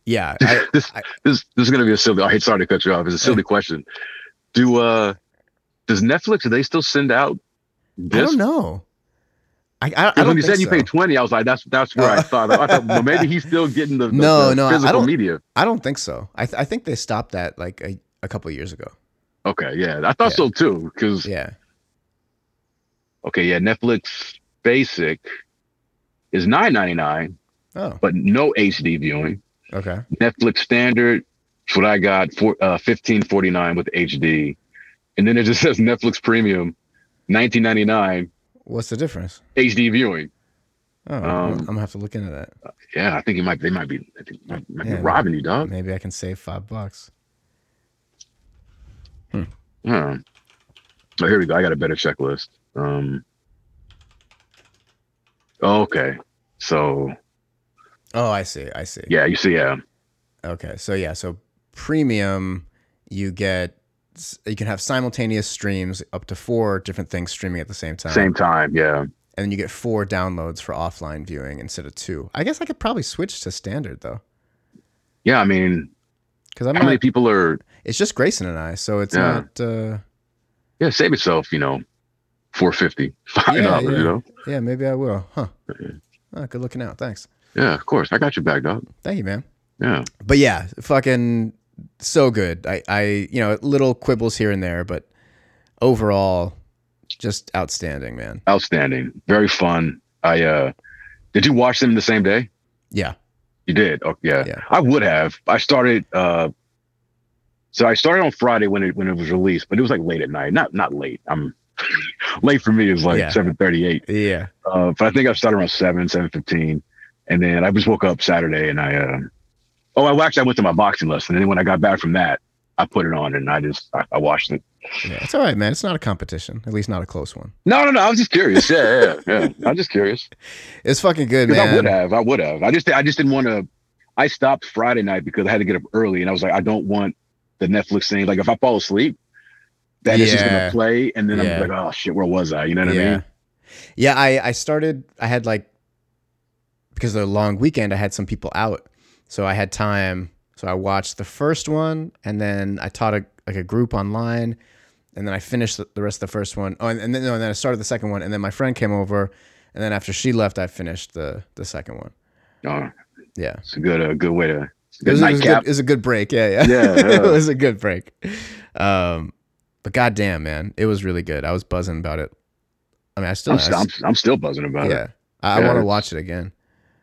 yeah, I, this, I- this this is gonna be a silly. I hate sorry to cut you off. It's a silly question. Do uh does Netflix do they still send out I this? don't know. I I, I Because don't when you think said you so. paid twenty, I was like, that's that's where I Oh. thought. I thought well, maybe he's still getting the, the- No, the no, I physical don't- media. I don't think so. I th- I think they stopped that like a, a couple years ago. Okay, yeah, I thought Yeah. so too. Because Yeah. okay, yeah, Netflix Basic is nine ninety nine, Oh. but no HD viewing. Okay. Netflix Standard, it's what I got for uh, fifteen forty nine with HD, and then it just says Netflix Premium, nineteen ninety nine What's the difference? HD viewing. Oh, Um, I'm gonna have to look into that. Yeah, I think it might. They might be. I think might, might Yeah. be robbing you, dog. Maybe I can save five bucks. Huh. Oh, here we go. I got a better checklist. Um. Okay. So Oh, I see. I see. yeah, you see, yeah, Okay. So yeah. So premium, you get you can have simultaneous streams up to four different things streaming at the same time. same time, yeah. And then you get four downloads for offline viewing instead of two. I guess I could probably switch to standard though, Yeah, I mean, because I'm how many not. people are? It's just Grayson and I, so it's Yeah. not. Uh, Yeah, save yourself, you know, four fifty, five Yeah, dollars. yeah. You know, yeah, maybe I will. Huh. Oh, good looking out. Thanks. yeah, of course, I got your back, dog. Thank you, man. Yeah, But yeah, fucking so good. I, I, you know, little quibbles here and there, but overall, just outstanding, man. outstanding, very fun. I uh, did you watch them the same day? Yeah. You did. Oh, yeah. Yeah. I would have. I started. uh So I started on Friday when it when it was released, but it was like late at night. Not not late. I'm late for me is like Yeah. seven thirty eight. Yeah. Uh, but I think I started around seven seven fifteen, and then I just woke up Saturday and I. um oh, I well, actually I went to my boxing lesson, and then when I got back from that, I put it on and I just I, I watched it. Yeah. It's all right, man. It's not a competition, at least not a close one. No, no, no. I was just curious. Yeah, yeah, yeah. I'm just curious. It's fucking good, Because I would man. have, I would have. I just, I just didn't want to. I stopped Friday night because I had to get up early, and I was like, I don't want the Netflix thing. Like, if I fall asleep, that is just Yeah. gonna play, and then Yeah. I'm like, oh shit, where was I? You know what yeah. I mean? Yeah. I, I started, I had like, because of the long weekend, I had some people out. So I had time. So I watched the first one and then I taught a, like a group online and then I finished the, the rest of the first one. Oh, and, and then, no, and then I started the second one and then my friend came over and then after she left, I finished the, the second one. Oh, Yeah. it's a good, uh, good way to it's a It good was, it was nightcap. good, it was a good break. Yeah, yeah. Yeah, it yeah. was a good break. Um, but goddamn, man, it was really good. I was buzzing about it. I mean, I still, I'm, I st- s- I'm, I'm still buzzing about yeah, it. I, Yeah, want to it's- watch it again.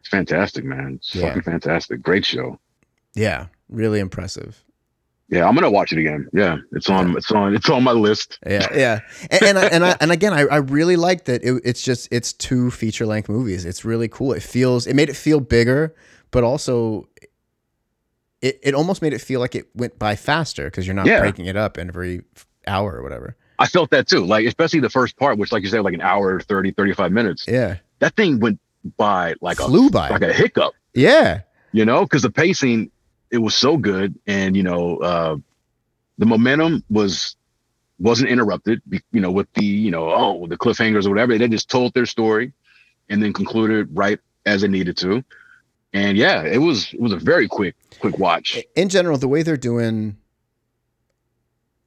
It's fantastic, man. It's Yeah. fucking fantastic. Great show. Yeah, really impressive. Yeah, I'm gonna watch it again. Yeah, it's on, it's on, it's on my list. Yeah, yeah, and and, I, and, I, and again, I, I really liked that. It, it's just it's two feature length movies. It's really cool. It feels it made it feel bigger, but also it it almost made it feel like it went by faster because you're not Yeah. breaking it up every hour or whatever. I felt that too. Like, especially the first part, which, like you said, like an hour, 30, 35 minutes. Yeah, That thing went by like a flew by. like a hiccup. yeah, you know, because the pacing it was so good, and you know, uh, the momentum was wasn't interrupted. be- You know, with the you know, oh, the cliffhangers or whatever, they just told their story and then concluded right as they needed to. And yeah, it was it was a very quick quick watch. in general, the way they're doing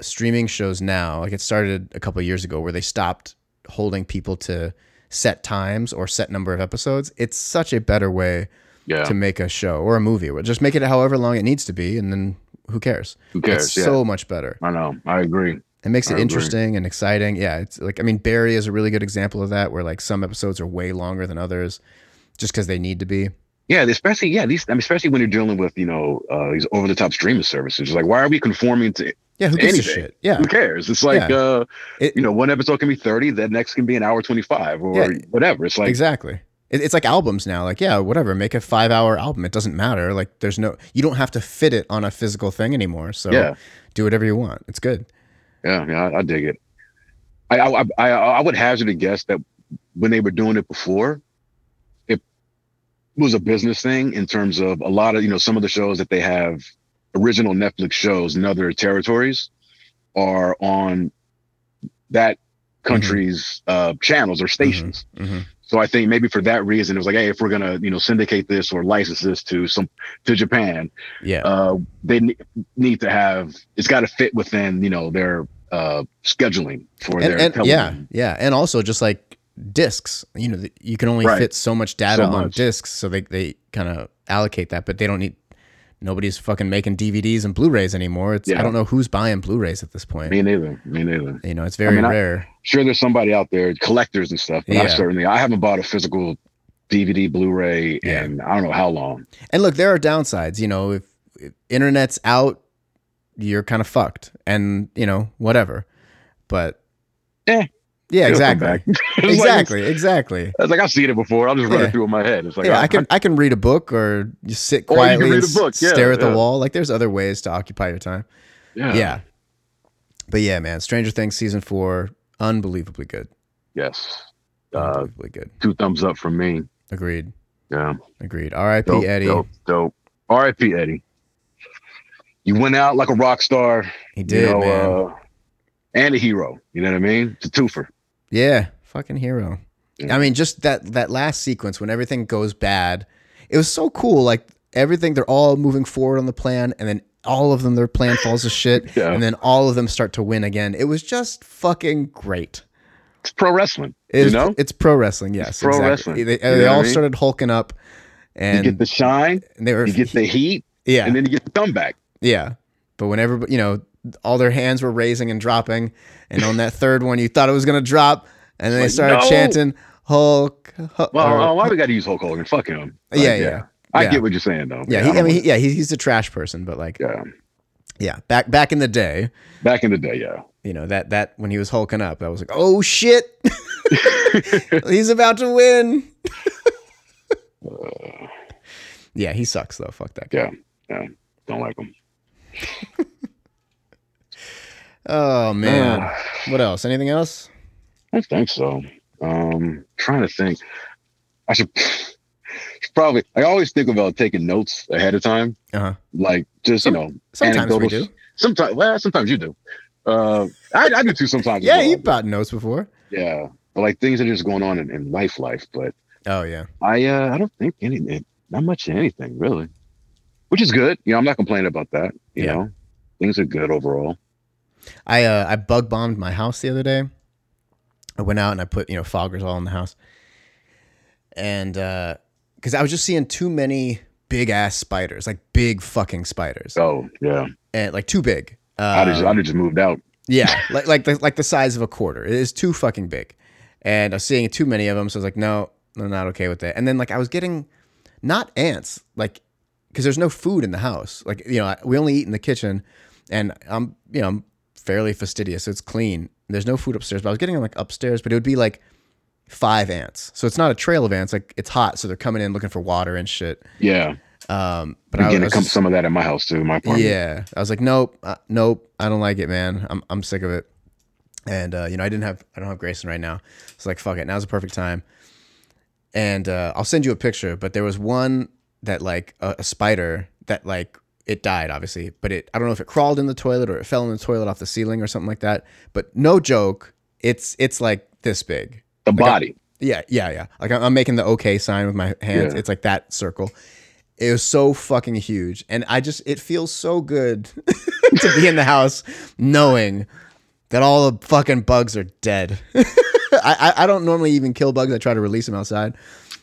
streaming shows now, like it started a couple of years ago where they stopped holding people to set times or set number of episodes. It's such a better way Yeah, to make a show or a movie. Well, Just make it however long it needs to be and then who cares? who cares? It's Yeah, so much better. I know. I agree. It makes I it agree. interesting and exciting. Yeah, it's like I mean Barry is a really good example of that where like some episodes are way longer than others just cuz they need to be. Yeah, especially yeah these. I mean, especially when you're dealing with you know uh, these over the top streaming services. Like, why are we conforming to? Yeah, who gives Anything. a shit? Yeah. Who cares? It's like Yeah. uh, It- you know, one episode can be thirty, the next can be an hour twenty five or Yeah. whatever. It's like exactly. It, it's like albums now. Like, yeah, whatever. Make a five hour album. It doesn't matter. Like, there's no, you don't have to fit it on a physical thing anymore. So Yeah. do whatever you want. It's good. Yeah, yeah, I, I dig it. I, I I I would hazard a guess that when they were doing it before, it was a business thing in terms of a lot of you know some of the shows that they have original Netflix shows in other territories are Mm-hmm. on that country's uh, channels or stations. hmm So I think maybe for that reason, it was like, hey, if we're gonna you know syndicate this or license this to some to Japan, Yeah. uh, they ne- need to have it's got to fit within you know their uh, scheduling for and, their and- yeah, television. yeah, and also just like discs, you know, the, you can only Right. fit so much data So on much. discs, so they they kind of allocate that, but they don't need. Nobody's fucking making DVDs and Blu-rays anymore. It's I Yeah. don't know who's buying Blu-rays at this point. Me neither. Me neither. you know, it's very mean, I- rare. Sure, there's somebody out there collectors and stuff, but I Yeah. certainly I haven't bought a physical DVD, Blu-ray, Yeah. and I don't know how long. and look, there are downsides. You know, if, if internet's out, you're kind of fucked, and you know, whatever. But Eh, yeah, It'll come exactly, back. It's like- exactly, exactly. It's like I've seen it before. I'm just running Yeah. through in my head. It's like yeah, I, I can I can read a book or just sit Or you can quietly read and a book, s- yeah, stare at the yeah. wall. Like there's other ways to occupy your time. yeah. yeah. But yeah, man, Stranger Things season four, unbelievably good. Yes. Uh, Unbelievably good. two thumbs up from me. Agreed. Yeah. Agreed. R.I.P. Dope, Eddie. dope, dope. R.I.P. Eddie. You went out like a rock star. He did, you know, man. Uh, and a hero. You know what I mean? It's a twofer. yeah, fucking hero. Yeah. I mean, just that that last sequence when everything goes bad, it was so cool. Like everything, they're all moving forward on the plan, and then all of them, their plan falls to shit, Yeah. and then all of them start to win again. It was just fucking great. It's pro wrestling. It's, you know? it's pro wrestling. Yes, pro wrestling. They, You know they what I all mean? started hulking up, You and, get the shine, and they were you get the heat, yeah, and then you get the comeback. Yeah. But whenever, you know, all their hands were raising and dropping. And on that third one, you thought it was going to drop. And then they Like, started no. chanting, Hulk. Hulk Well, or- oh, why we got to use Hulk Hogan? Fuck him. Like, yeah, yeah, yeah. I Yeah. get what you're saying, though. Yeah, I he, I don't mean, want- he- yeah, he, he's a trash person, but like, yeah. yeah, back back in the day, Back in the day, yeah. you know that that when he was hulking up, I was like, oh shit, he's about to win. Uh, yeah, he sucks though. Fuck that guy. Yeah. Yeah. Don't like him. Oh man, Ah. what else? Anything else? I think so. Um, trying to think. I should should probably. I always think about taking notes ahead of time, Uh huh. like just you Some- know. Sometimes we anecdotal- do. Sometimes, well, sometimes you do. Uh, I, I do too sometimes. as Yeah, well. you bought notes before. yeah. But like things that are just going on in, in life, life. But Oh yeah. I, uh, I don't think any, not much of anything really, which is good. You know, I'm not complaining about that. You Yeah. know, things are good overall. I uh, I bug bombed my house the other day. I went out and I put you know foggers all in the house, and because I was just seeing too many big ass spiders, like big fucking spiders, So yeah, and eh, like too big. I just, I Um, just moved out. yeah, like like the, like the size of a quarter. It is too fucking big, and I was seeing too many of them. So I was like, no, I'm not okay with that. And then like I was getting not ants, like because there's no food in the house. Like you know, I, we only eat in the kitchen, and I'm you know I'm fairly fastidious. So it's clean. There's no food upstairs, but I was getting them like upstairs. But it would be like five ants. So it's not a trail of ants. Like it's hot, so they're coming in looking for water and shit. Yeah, Um, but I, again, I it was comes just- some of that in my house too. My apartment. yeah, I was like, nope, uh, nope, I don't like it, man. I'm I'm sick of it. And uh, you know, I didn't have I don't have Grayson right now. It's like fuck it, now's the perfect time. And uh, I'll send you a picture, but there was one that like a, a spider that like it died obviously, but it I don't know if it crawled in the toilet or it fell in the toilet off the ceiling or something like that. But no joke, it's it's like this big. The Like, I- body. Yeah, yeah, yeah. Like I'm I'm making the okay sign with my hands. Yeah. It's like that circle. It was so fucking huge, and I just it feels so good to be in the house knowing that all the fucking bugs are dead. I, I I don't normally even kill bugs. I try to release them outside,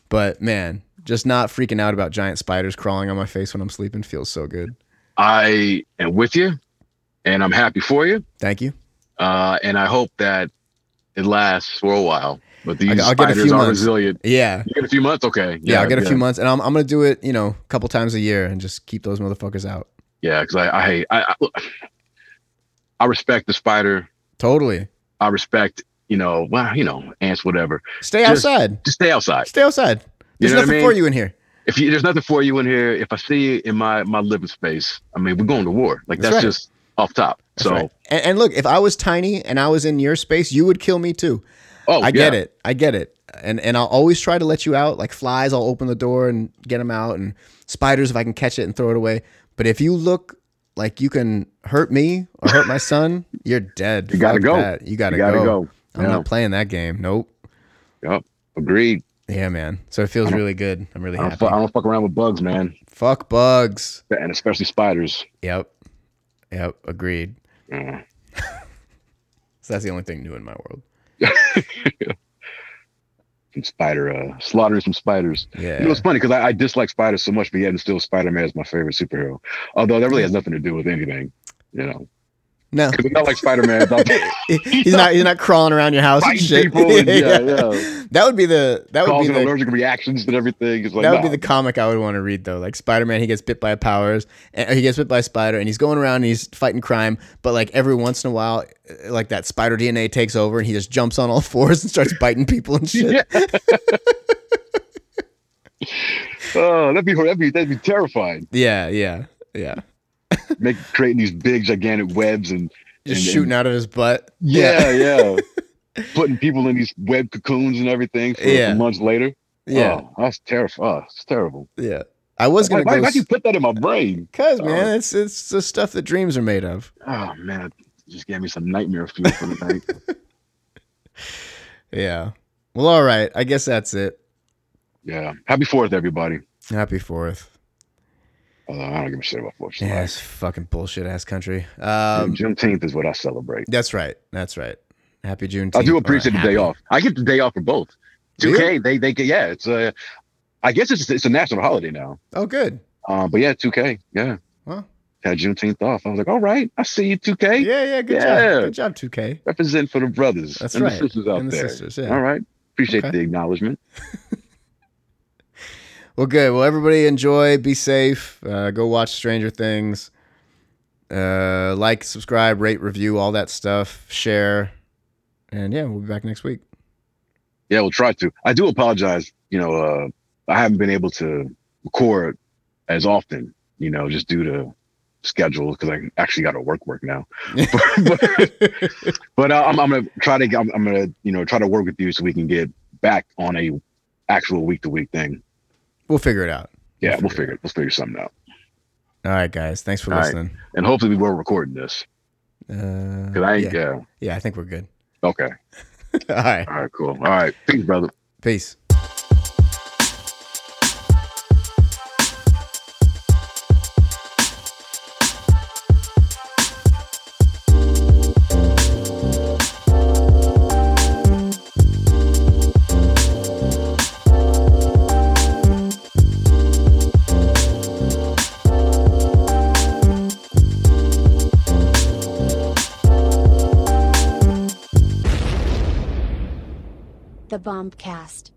but man, just not freaking out about giant spiders crawling on my face when I'm sleeping feels so good. I am with you, and I'm happy for you. Thank you. Uh, and I hope that it lasts for a while. But these I'll get a spiders few are months. resilient. Yeah. You get a few months, okay? Yeah, I'll get a few months, and I'm, I'm gonna do it, you know, a couple times a year, and just keep those motherfuckers out. Yeah, because I, I hate. I, I look, I respect the spider. Totally. I respect you know, well, you know, ants, whatever. Stay Just- outside. Just stay outside. Stay outside. You There's know what I nothing mean? for you in here. If you, there's nothing for you in here, if I see you in my my living space, I mean, we're going to war. Like That's that's, right. just off top. That's so, right. and, and look, if I was tiny and I was in your space, you would kill me too. oh, I get it. I get it. And and I'll always try to let you out. Like flies, I'll open the door and get them out. And spiders, if I can catch it and throw it away. But if you look like you can hurt me or hurt my son, you're dead. You gotta Fuck go. that. You gotta, You gotta go. go. I'm Yeah. not playing that game. Nope. Yep. Agreed. Yeah, man. So it feels I don't- really good. I'm really I don't, happy. fu- I don't fuck around with bugs, man, Fuck bugs. and especially spiders. Yep. Yep. Agreed. Uh, So that's the only thing new in my world. some spider, uh, slaughtering some spiders. Yeah. You know, it's funny because I, I dislike spiders so much, but yet and still, Spider Man is my favorite superhero. Although that really has nothing to do with anything, you know. no. Because not like Spider Man, He- he's not he's not crawling around your house and Biting shit. people and- yeah, yeah. That would be the that would be causing the allergic reactions and everything. It's like that would nah. be the comic I would want to read though. Like Spider Man, he gets bit by powers, and he gets bit by a spider, and he's going around and he's fighting crime. But like every once in a while, uh, like that spider DNA takes over, and he just jumps on all fours and starts biting people and shit. Yeah. Oh, that'd be hor- that'd be that'd be terrifying. Yeah, yeah, yeah. Make creating these big gigantic webs and and- Just and- shooting out of his butt. yeah, yeah. Putting people in these web cocoons and everything for Yeah. months later. yeah, oh, that's terrifying. Oh, it's terrible. yeah. I was Why, gonna why, go why'd you Oh. put that in my brain? because man, it's it's the stuff that dreams are made of. Oh man, it just gave me some nightmare fuel for the night. Yeah. Well, all right. I guess that's it. Yeah, happy Fourth, everybody. Happy Fourth. Although I don't give a shit about Fourth. of July. Yeah, it's fucking bullshit ass country. Um, Juneteenth is what I celebrate. that's right. That's right. Happy Juneteenth. I do or appreciate the happy- day off. I get the day off for both. Do 2K, they they get yeah. It's uh, I guess it's it's a national holiday now. Oh, good. Um, but yeah, 2K, yeah. Huh. Had Juneteenth off. I was like, all right, I see you, 2K. Yeah, yeah. Good Yeah. job. Good job, 2K. Represent for the brothers That's and right. the sisters out and the there. sisters. Yeah. All right, appreciate Okay. the acknowledgement. Well, good. Well, everybody enjoy. Be safe. Uh, go watch Stranger Things. Uh, like, subscribe, rate, review, all that stuff. Share. And yeah, we'll be back next week. Yeah, we'll try to. I do apologize. You know, uh, I haven't been able to record as often. You know, just due to schedule because I actually got to work work now. but but uh, I'm, I'm gonna try to I'm, I'm gonna you know try to work with you so we can get back on a actual week to week thing. We'll figure it out. Yeah, We'll we'll figure figure it. We'll figure something out. All right, guys. Thanks for All right. listening. And hopefully we were recording this Uh, because I ain't. yeah. Yeah. yeah, I think we're good. Okay. all right. All right. Cool. All right. Peace, brother. Peace. The Bombcast.